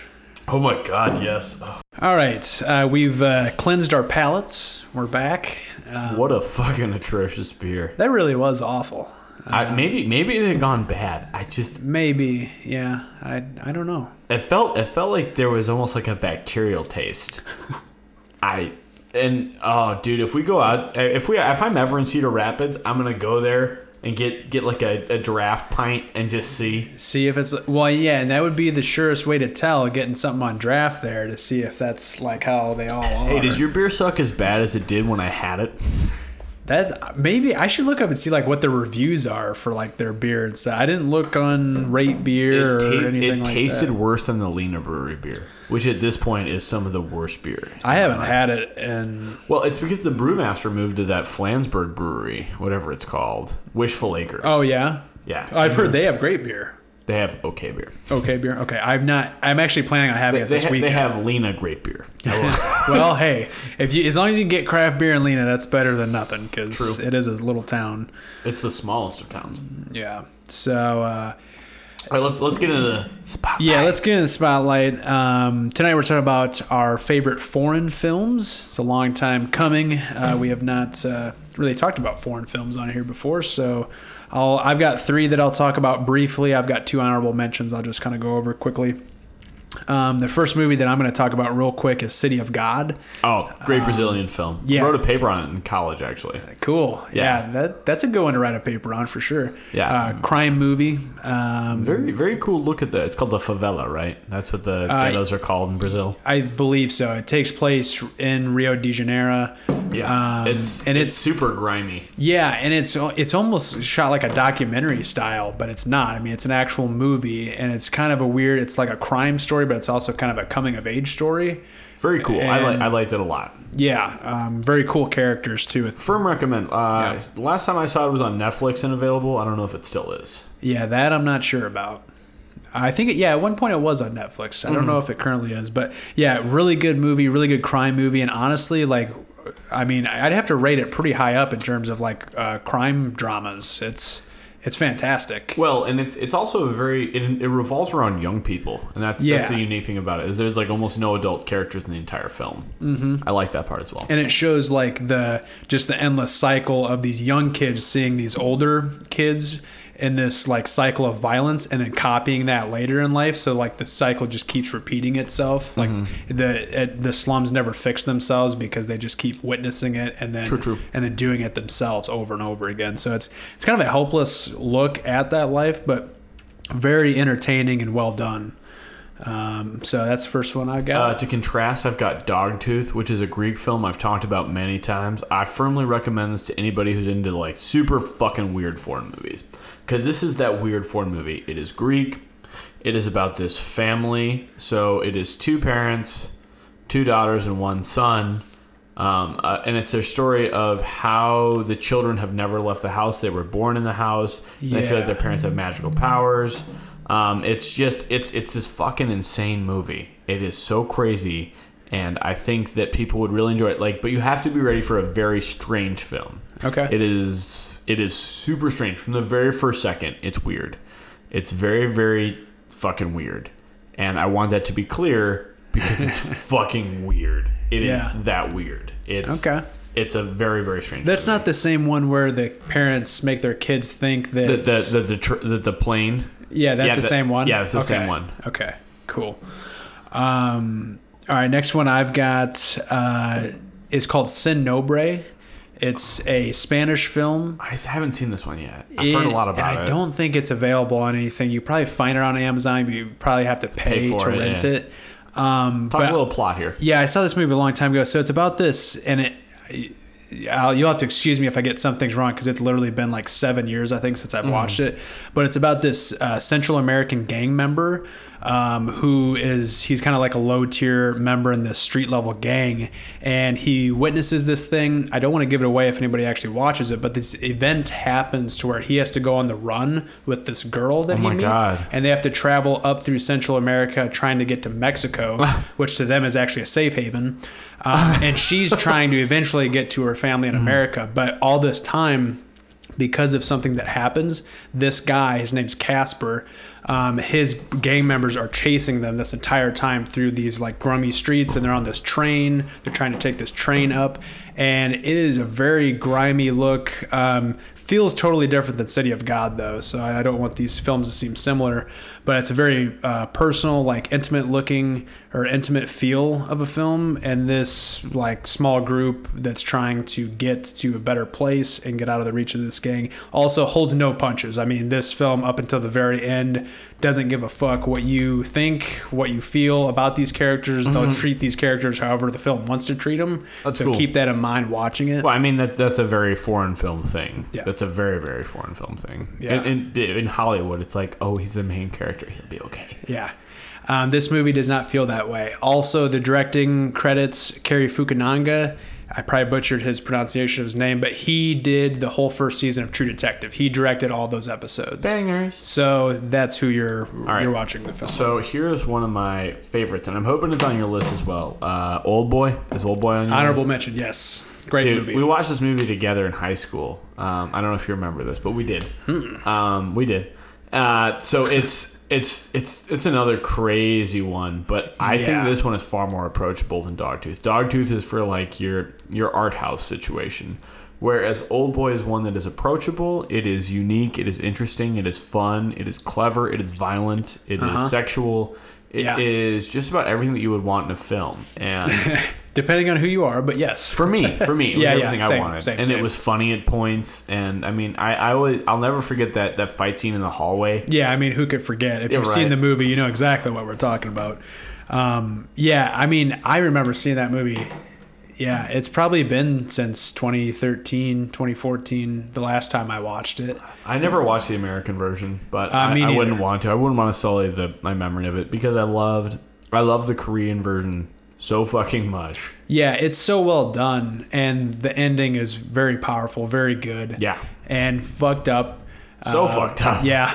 Oh my god. Yes. Oh,
All right, uh, we've uh, cleansed our palates. We're back. Uh,
what a fucking atrocious beer.
that really was awful.
I, maybe maybe it had gone bad. I just
Maybe, yeah. I I don't know.
it felt it felt like there was almost like a bacterial taste. I and oh dude, if we go out, eh, if we if I'm ever in Cedar Rapids, I'm gonna go there and get get like a, a draft pint and just see.
See if it's well, yeah, and that would be the surest way to tell getting something on draft there to see if that's like how they all are.
Hey, does your beer suck as bad as it did when I had it?
that maybe I should look up and see like what the reviews are for like their beer and stuff. I didn't look on rate beer
it ta-
or anything
it
like
tasted
that.
worse than the Lena Brewery beer, which at this point is some of the worst beer.
I haven't had it, and
Well, it's because the brewmaster moved to that Flansburg Brewery, whatever it's called, Wishful Acres.
oh yeah,
yeah,
I've heard they have great beer.
they have okay beer.
Okay, beer. Okay, I'm not. I'm actually planning on having it
They,
this
ha- they
weekend.
have Lena great beer.
well, hey, if you as long as you can get craft beer in Lena, that's better than nothing because
True.
it is a little town.
It's the smallest of towns.
Yeah. So uh,
All right, let's let's get into the spot.
yeah, let's get in the spotlight. Um, tonight we're talking about our favorite foreign films. It's a long time coming. Uh, we have not uh, really talked about foreign films on here before, so I'll I've got three that I'll talk about briefly. I've got two honorable mentions. I'll just kind of go over quickly. Um, the first movie that I'm going to talk about real quick is City of God.
Oh, great Brazilian film.
Um, yeah.
wrote a paper on it in college actually.
Cool. Yeah,
Yeah.
that that's a good one to write a paper on for sure.
Yeah.
Uh, crime movie. Um,
Very very cool look at that. It's called the favela, right? That's what the
Uh,
ghettos are called in Brazil.
I believe so. It takes place in Rio de Janeiro. Um,
it's
and it's,
super grimy.
yeah, and it's it's almost shot like a documentary style, but it's not. I mean, it's an actual movie, and it's kind of a weird. It's like a crime story, but it's also kind of a coming of age story.
Very cool. I like
and-
I liked it a lot.
Yeah, um, very cool characters too. with-
Firm recommend. Uh, Last time I saw it was on Netflix and available. I don't know if it still is.
Yeah, that I'm not sure about. I think it, yeah, at one point it was on Netflix. I don't know if it currently is, but yeah, really good movie, really good crime movie, and honestly, like, I mean, I'd have to rate it pretty high up in terms of like uh, crime dramas. It's it's fantastic.
Well, and it's it's also a very it, it revolves around young people, and that's
Yeah.
that's the unique thing about it is there's like almost no adult characters in the entire film. Mm-hmm. I like that part as well.
and it shows like the just the endless cycle of these young kids seeing these older kids in this like cycle of violence and then copying that later in life so like the cycle just keeps repeating itself like
Mm-hmm.
the it, the slums never fix themselves because they just keep witnessing it and then
True, true.
and then doing it themselves over and over again so it's it's kind of a helpless look at that life but very entertaining and well done um, so that's the first one i got
Uh, to contrast, I've got Dogtooth, which is a Greek film I've talked about many times. I firmly recommend this to anybody who's into like super fucking weird foreign movies, because this is that weird foreign movie. It is Greek. It is about this family. So it is two parents, two daughters, and one son. Um, uh, and it's their story of how the children have never left the house. They were born in the house. And They feel like
Yeah.
their parents have magical powers. Um, it's just it's it's this fucking insane movie. It is so crazy, and I think that people would really enjoy it. Like, but you have to be ready for a very strange film.
okay
It is it is super strange from the very first second. It's weird. It's very very fucking weird, and I want that to be clear because it's fucking weird. It is
Yeah.
that weird. It's
Okay.
It's a very very strange.
That's
movie.
not the same one where the parents make their kids think that.
the the the, the, tr- the, the plane.
yeah, that's
yeah,
the,
the-
same one.
yeah, it's the
okay.
same one.
Okay, cool. Um, all right, next one I've got uh, is called Sin Nobre. It's a Spanish film.
I haven't seen this one yet. I've heard a
It-
lot
and
about
I
it.
don't think it's available on anything. You probably find it on Amazon, but you probably have to pay,
for
to
it,
rent
yeah.
it. Um,
Talk
but-
a little plot here.
yeah, I saw this movie a long time ago. So it's about this, and it. I- I'll, you'll have to excuse me if I get some things wrong because it's literally been like seven years, I think, since
Mm.
I've watched it. But it's about this uh, Central American gang member um, who is, he's kind of like a low tier member in this street level gang. And he witnesses this thing. I don't want to give it away if anybody actually watches it, but this event happens to where he has to go on the run with this girl that
Oh
he
my
meets
God.
and they have to travel up through Central America trying to get to Mexico, which to them is actually a safe haven. Um, and she's trying to eventually get to her family in America, but all this time, because of something that happens, this guy, his name's Casper, um, his gang members are chasing them this entire time through these like grummy streets, and they're on this train. They're trying to take this train up, and it is a very grimy look. Um, feels totally different than City of God, though. So I, I don't want these films to seem similar, but it's a very uh, personal, like intimate looking or intimate feel of a film. And this like small group that's trying to get to a better place and get out of the reach of this gang also holds no punches. I mean, this film up until the very end doesn't give a fuck what you think, what you feel about these characters. They'll treat these characters however the film wants to treat them.
Mm-hmm. That's
so
cool.
keep that in mind watching it.
Well, I mean that that's a very foreign film thing.
Yeah.
That's a very very foreign film thing.
Yeah.
In, in, in Hollywood, it's like, oh, he's the main character. He'll be okay.
Yeah. Um, this movie does not feel that way. Also, the directing credits, Kerry Fukunaga. I probably butchered his pronunciation of his name, but he did the whole first season of True Detective. He directed all those episodes.
Bangers.
So that's who you're
right.
you're watching the film.
So here's one of my favorites, and I'm hoping it's on your list as well. Uh, Old Boy is Old Boy on your
Honorable
list?
mention, yes. Great
Dude,
movie.
we watched this movie together in high school. Um, I don't know if you remember this, but we did.
Hmm.
Um, we did. Uh, so it's it's it's it's another crazy one, but I
Yeah.
think this one is far more approachable than Dogtooth. Dogtooth is for like your your art house situation, whereas Old Boy is one that is approachable. It is unique. It is interesting. It is fun. It is clever. It is violent. It is sexual. It is
Uh-huh. Yeah.
just about everything that you would want in a film, and
Depending on who you are, but yes.
for me, for me, it was
Yeah, yeah,
everything I
same,
wanted,
same,
and
same.
it was funny at points. And I mean, I, I would, I'll never forget that that fight scene in the hallway.
Yeah, I mean, who could forget? If
Yeah,
you've seen
right.
the movie, you know exactly what we're talking about. Um, yeah, I mean, I remember seeing that movie. Yeah, it's probably been since 2013, 2014, the last time I watched it.
I never watched the American version, but
Uh, me
I, I wouldn't
neither.
want to. I wouldn't want to sully the my memory of it because I loved, I loved the Korean version so fucking much.
Yeah, it's so well done, and the ending is very powerful, very good.
Yeah.
And fucked up.
So
Uh,
fucked up.
Yeah.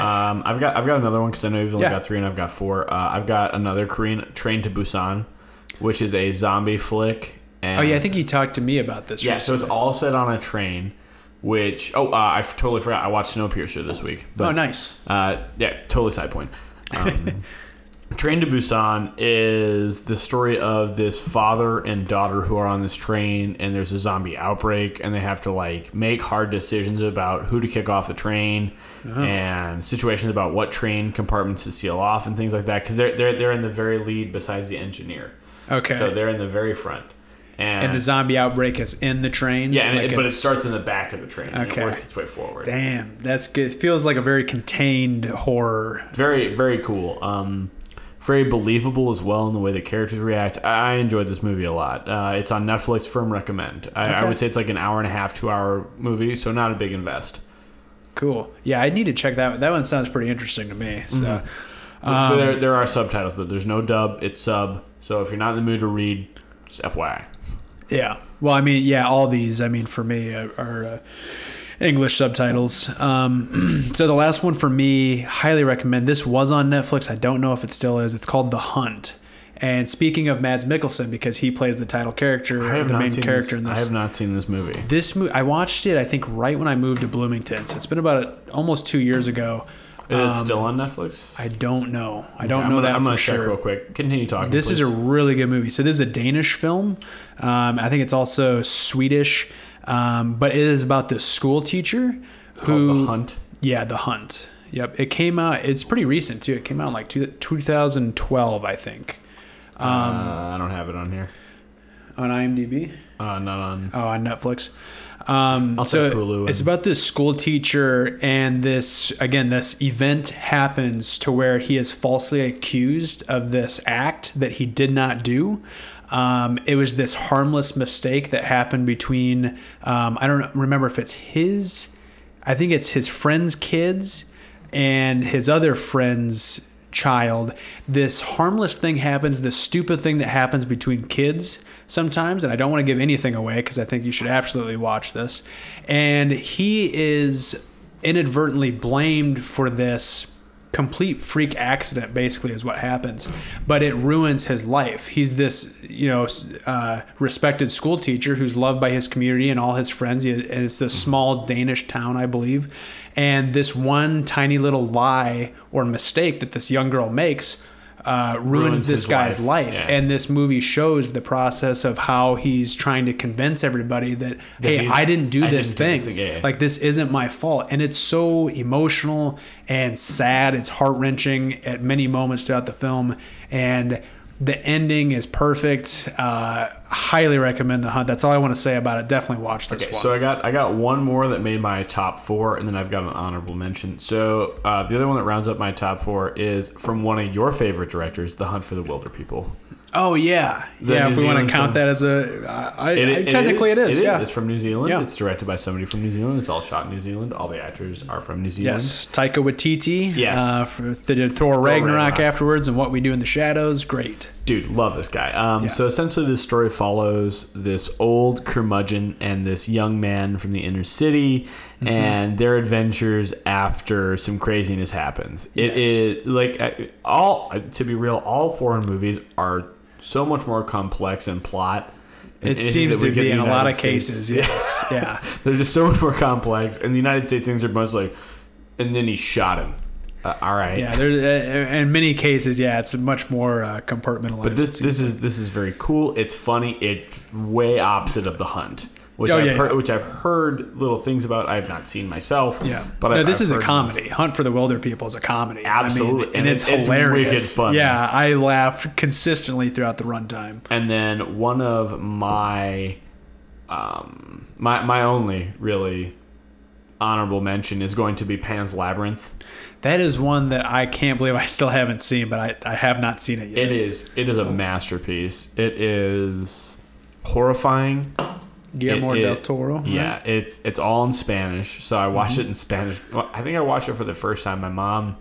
Um, I've got I've got another one because I know you've only
Yeah.
got three and I've got four. Uh, I've got another Korean Train to Busan, which is a zombie flick. And
oh, yeah, I think you talked to me about this.
Yeah, so it's
recently.
all set on a train, which oh, uh, I f- totally forgot. I watched Snowpiercer this week. But,
Oh, nice.
Uh, yeah, totally side point. Um, train to Busan is the story of this father and daughter who are on this train, and there's a zombie outbreak, and they have to like make hard decisions about who to kick off the train,
Uh-huh.
and situations about what train compartments to seal off and things like that. Because they're they're they're in the very lead besides the engineer.
Okay.
So they're in the very front. And,
and the zombie outbreak is in the train.
yeah, and
like
it, but it
it's-
starts in the back of the train. And
Okay.
it works its way forward.
Damn, that's good. It feels like a very contained horror.
Very, very cool. Um, very believable as well in the way the characters react. I, I enjoyed this movie a lot. Uh, it's on Netflix. Firm recommend. I, I
Okay.
would say it's like an hour and a half, two hour movie, so not a big invest.
Cool. Yeah, I need to check that. one. That one sounds pretty interesting to me. So,
Mm-hmm. But there, there are subtitles though. There's no dub. It's sub. So if you're not in the mood to read, just FYI.
yeah. Well, I mean, yeah, all these. I mean, for me are, are uh, English subtitles. Um, so the last one for me, highly recommend. This was on Netflix. I don't know if it still is. It's called The Hunt. And speaking of Mads Mikkelsen, because he plays the title character,
I have
the
not
main
seen
character
this,
in this.
I have not seen this movie.
this movie, I watched it. I think right when I moved to Bloomington, so it's been about almost two years ago.
Is it still on Netflix?
I don't know. I Um, don't
I'm
know
gonna,
that
I'm gonna
for
check
sure.
real quick. Continue talking.
This is a
please.
really good movie. So this is a Danish film. Um, I think it's also Swedish, um, but it is about this school teacher
Called
who,
the hunt.
yeah, the hunt. Yep. It came out. It's pretty recent too. It came out in like two, 2012, I think,
uh, I don't have it on here.
on IMDb.
Uh, not on.
Oh, on Netflix. Um,
I'll
so
take Hulu
it's
and-
about this school teacher, and this again, this event happens to where he is falsely accused of this act that he did not do. Um, it was this harmless mistake that happened between um, I don't remember if it's his, I think it's his friend's kids and his other friend's child. This harmless thing happens, this stupid thing that happens between kids sometimes, and I don't want to give anything away because I think you should absolutely watch this. And he is inadvertently blamed for this complete freak accident basically is what happens but it ruins his life he's this you know s- uh, respected school teacher who's loved by his community and all his friends He- and it's this small danish town i believe and this one tiny little lie or mistake that this young girl makes uh, ruins,
Ruins
this
his
guy's life,
life. Yeah.
and this movie shows the process of how he's trying to convince everybody that hey
he's-
i didn't do
I
this
didn't do
thing
this thing, yeah.
like this isn't my fault and it's so emotional and sad it's heart-wrenching at many moments throughout the film and the ending is perfect uh, highly recommend the hunt that's all i want to say about it definitely watch this
Okay,
one
so I got I got one more that made my top four, and then I've got an honorable mention. So uh, the other one that rounds up my top four is from one of your favorite directors, The Hunt for the Wilder People.
oh yeah
The
yeah if
New
we want
Zealand
to count
film.
that as a I, I,
It- it-
technically it is, yeah
It's from New Zealand.
Yeah.
It's directed by somebody from New Zealand. It's all shot in New Zealand. All the actors are from New Zealand.
Yes, Taika Waititi.
Yes.
uh, for, they did Thor, Ragnarok,
Ragnarok.
afterwards, and What We Do in the Shadows. Great.
Dude, love this guy. Um,
Yeah.
So essentially, this story follows this old curmudgeon and this young man from the inner city,
Mm-hmm.
and their adventures after some craziness happens. It
Yes.
is like I- all to be real, all foreign movies are so much more complex in plot. than
It
anything
seems
that we
to
get
be in a lot
United
of
States.
cases. Yes. yeah.
They're just so much more complex. In the United States, things are much like, and then he shot him. Uh, all right.
Yeah, there, uh, in many cases, yeah, it's much more uh, compartmentalized.
But this this is this is very cool. It's funny. It's way opposite of the hunt, which
Oh,
I've
yeah,
heard,
yeah.
which I've heard little things about. I've not seen myself.
yeah,
but
no,
I've-
this
I've
is a
heard-
comedy. Hunt for the Wilder People is a comedy.
Absolutely,
and,
and
it's,
it's- it's
hilarious.
wicked funny.
Yeah, I laughed consistently throughout the runtime.
And then one of my, um, my my only really honorable mention is going to be Pan's Labyrinth.
That is one that I can't believe I still haven't seen, but I, I have not seen it yet.
It is it is a masterpiece. It is horrifying.
Guillermo
It- it-
del Toro. right?
Yeah, it's it's all in Spanish. So I watched it in Spanish. Well, I think I watched it for the first time. My mom,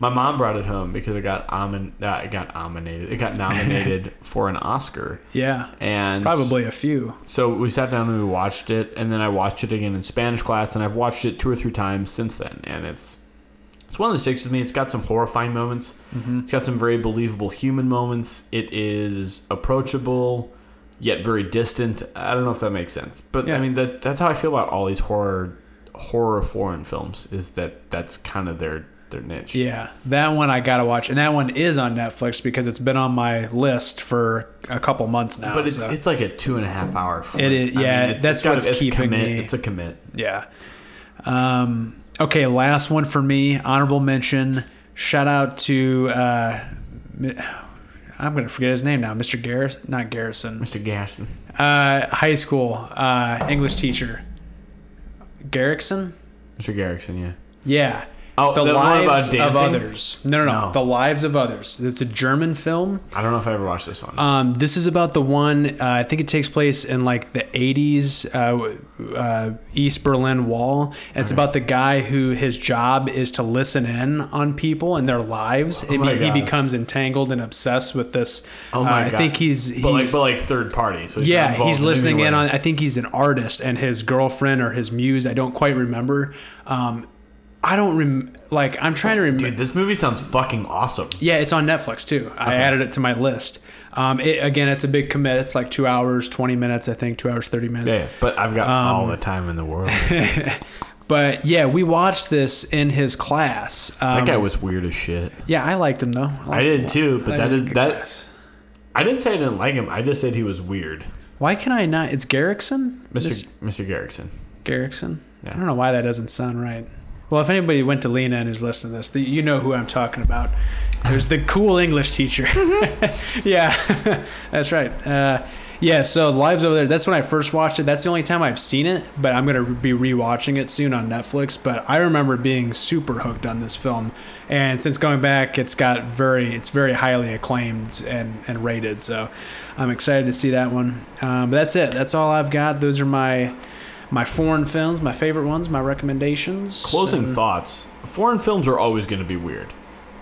my mom brought it home because it got omin, uh, it got nominated. It got nominated for an Oscar.
yeah,
And
probably a few.
so we sat down and we watched it, and then I watched it again in Spanish class, and I've watched it two or three times since then, and it's it's one that sticks with me. It's got some horrifying moments. It's got some very believable human moments. It is approachable, yet very distant. I don't know if that makes sense, but
Yeah.
I mean that that's how I feel about all these horror horror foreign films. Is that that's kind of their their niche.
Yeah, that one I gotta watch, and that one is on Netflix because it's been on my list for a couple months now.
But it's,
so-
it's like a two and a half hour. Film.
It is- yeah, that's what's
it's a
keeping
commit,
me-
It's a commit.
Yeah. Um, okay, last one for me. Honorable mention. Shout out to uh, mi- I'm gonna forget his name now. Mr. Garrison, not Garrison.
Mr. Gaston.
Uh, high school uh, English teacher. Garrickson.
Mr. Garrickson. Yeah.
Yeah.
Oh,
the
the one about
lives of
dancing?
others. No, no, no,
No.
The lives of others. It's a German film.
I don't know if I ever watched this one.
Um, this is about the one. Uh, I think it takes place in like the '80s, uh, w- uh, East Berlin Wall. And it's about the guy who his job is to listen in on people and their lives, and
Oh my
he, he
God.
becomes entangled and obsessed with this.
oh my
uh,
god!
I think he's, he's
but like but like third party. So not
yeah,
involved
he's
in any
listening in
way.
on. I think he's an artist, and his girlfriend or his muse. I don't quite remember. Um, I don't rem like. I'm trying to remember.
Dude, this movie sounds fucking awesome.
Yeah, it's on Netflix too. I added it to my list. Um, it, again, it's a big commit. It's like two hours, twenty minutes, I think, two hours, thirty minutes.
Yeah, but I've got
Um,
all the time in the world.
But yeah, we watched this in his class. Um,
that guy was weird as shit.
yeah, I liked him though.
I
liked him
did
a lot.
too, but that
did
is
kick
that.
ass.
I didn't say I didn't like him. I just said he was weird,
Why can I not? It's Garrickson.
Mr.
This-
Mr. Garrickson.
Garrickson.
Yeah.
I don't know why that doesn't sound right. Well, if anybody went to Lena and is listening to this, the, you know who I'm talking about. There's the cool English teacher. yeah, that's right. Uh, yeah, so Lives Over There, that's when I first watched it. That's the only time I've seen it, but I'm going to be rewatching it soon on Netflix. But I remember being super hooked on this film. And since going back, it's got very, it's very highly acclaimed and, and rated. So I'm excited to see that one. Um, but that's it. That's all I've got. Those are my my foreign films, my favorite ones, my recommendations.
Closing
And-
thoughts. Foreign films are always going to be weird.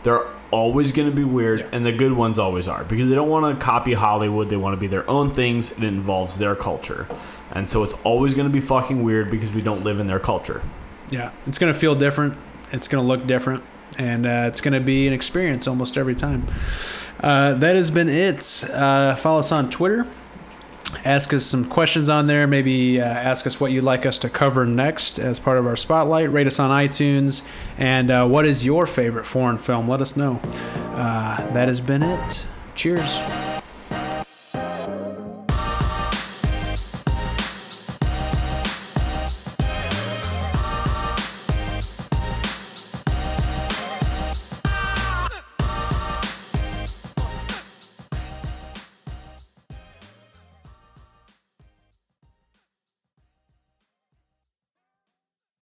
They're always going to be weird, and the good ones always are because they don't want to copy Hollywood. They want to be their own things. It involves their culture. And so it's always going to be fucking weird because we don't live in their culture.
Yeah, it's gonna feel different. It's gonna look different, and uh, it's gonna be an experience almost every time. Uh, that has been it. Uh, follow us on Twitter. Ask us some questions on there. Maybe uh, ask us what you'd like us to cover next as part of our spotlight. Rate us on iTunes. And uh, what is your favorite foreign film? Let us know. Uh, that has been it. Cheers.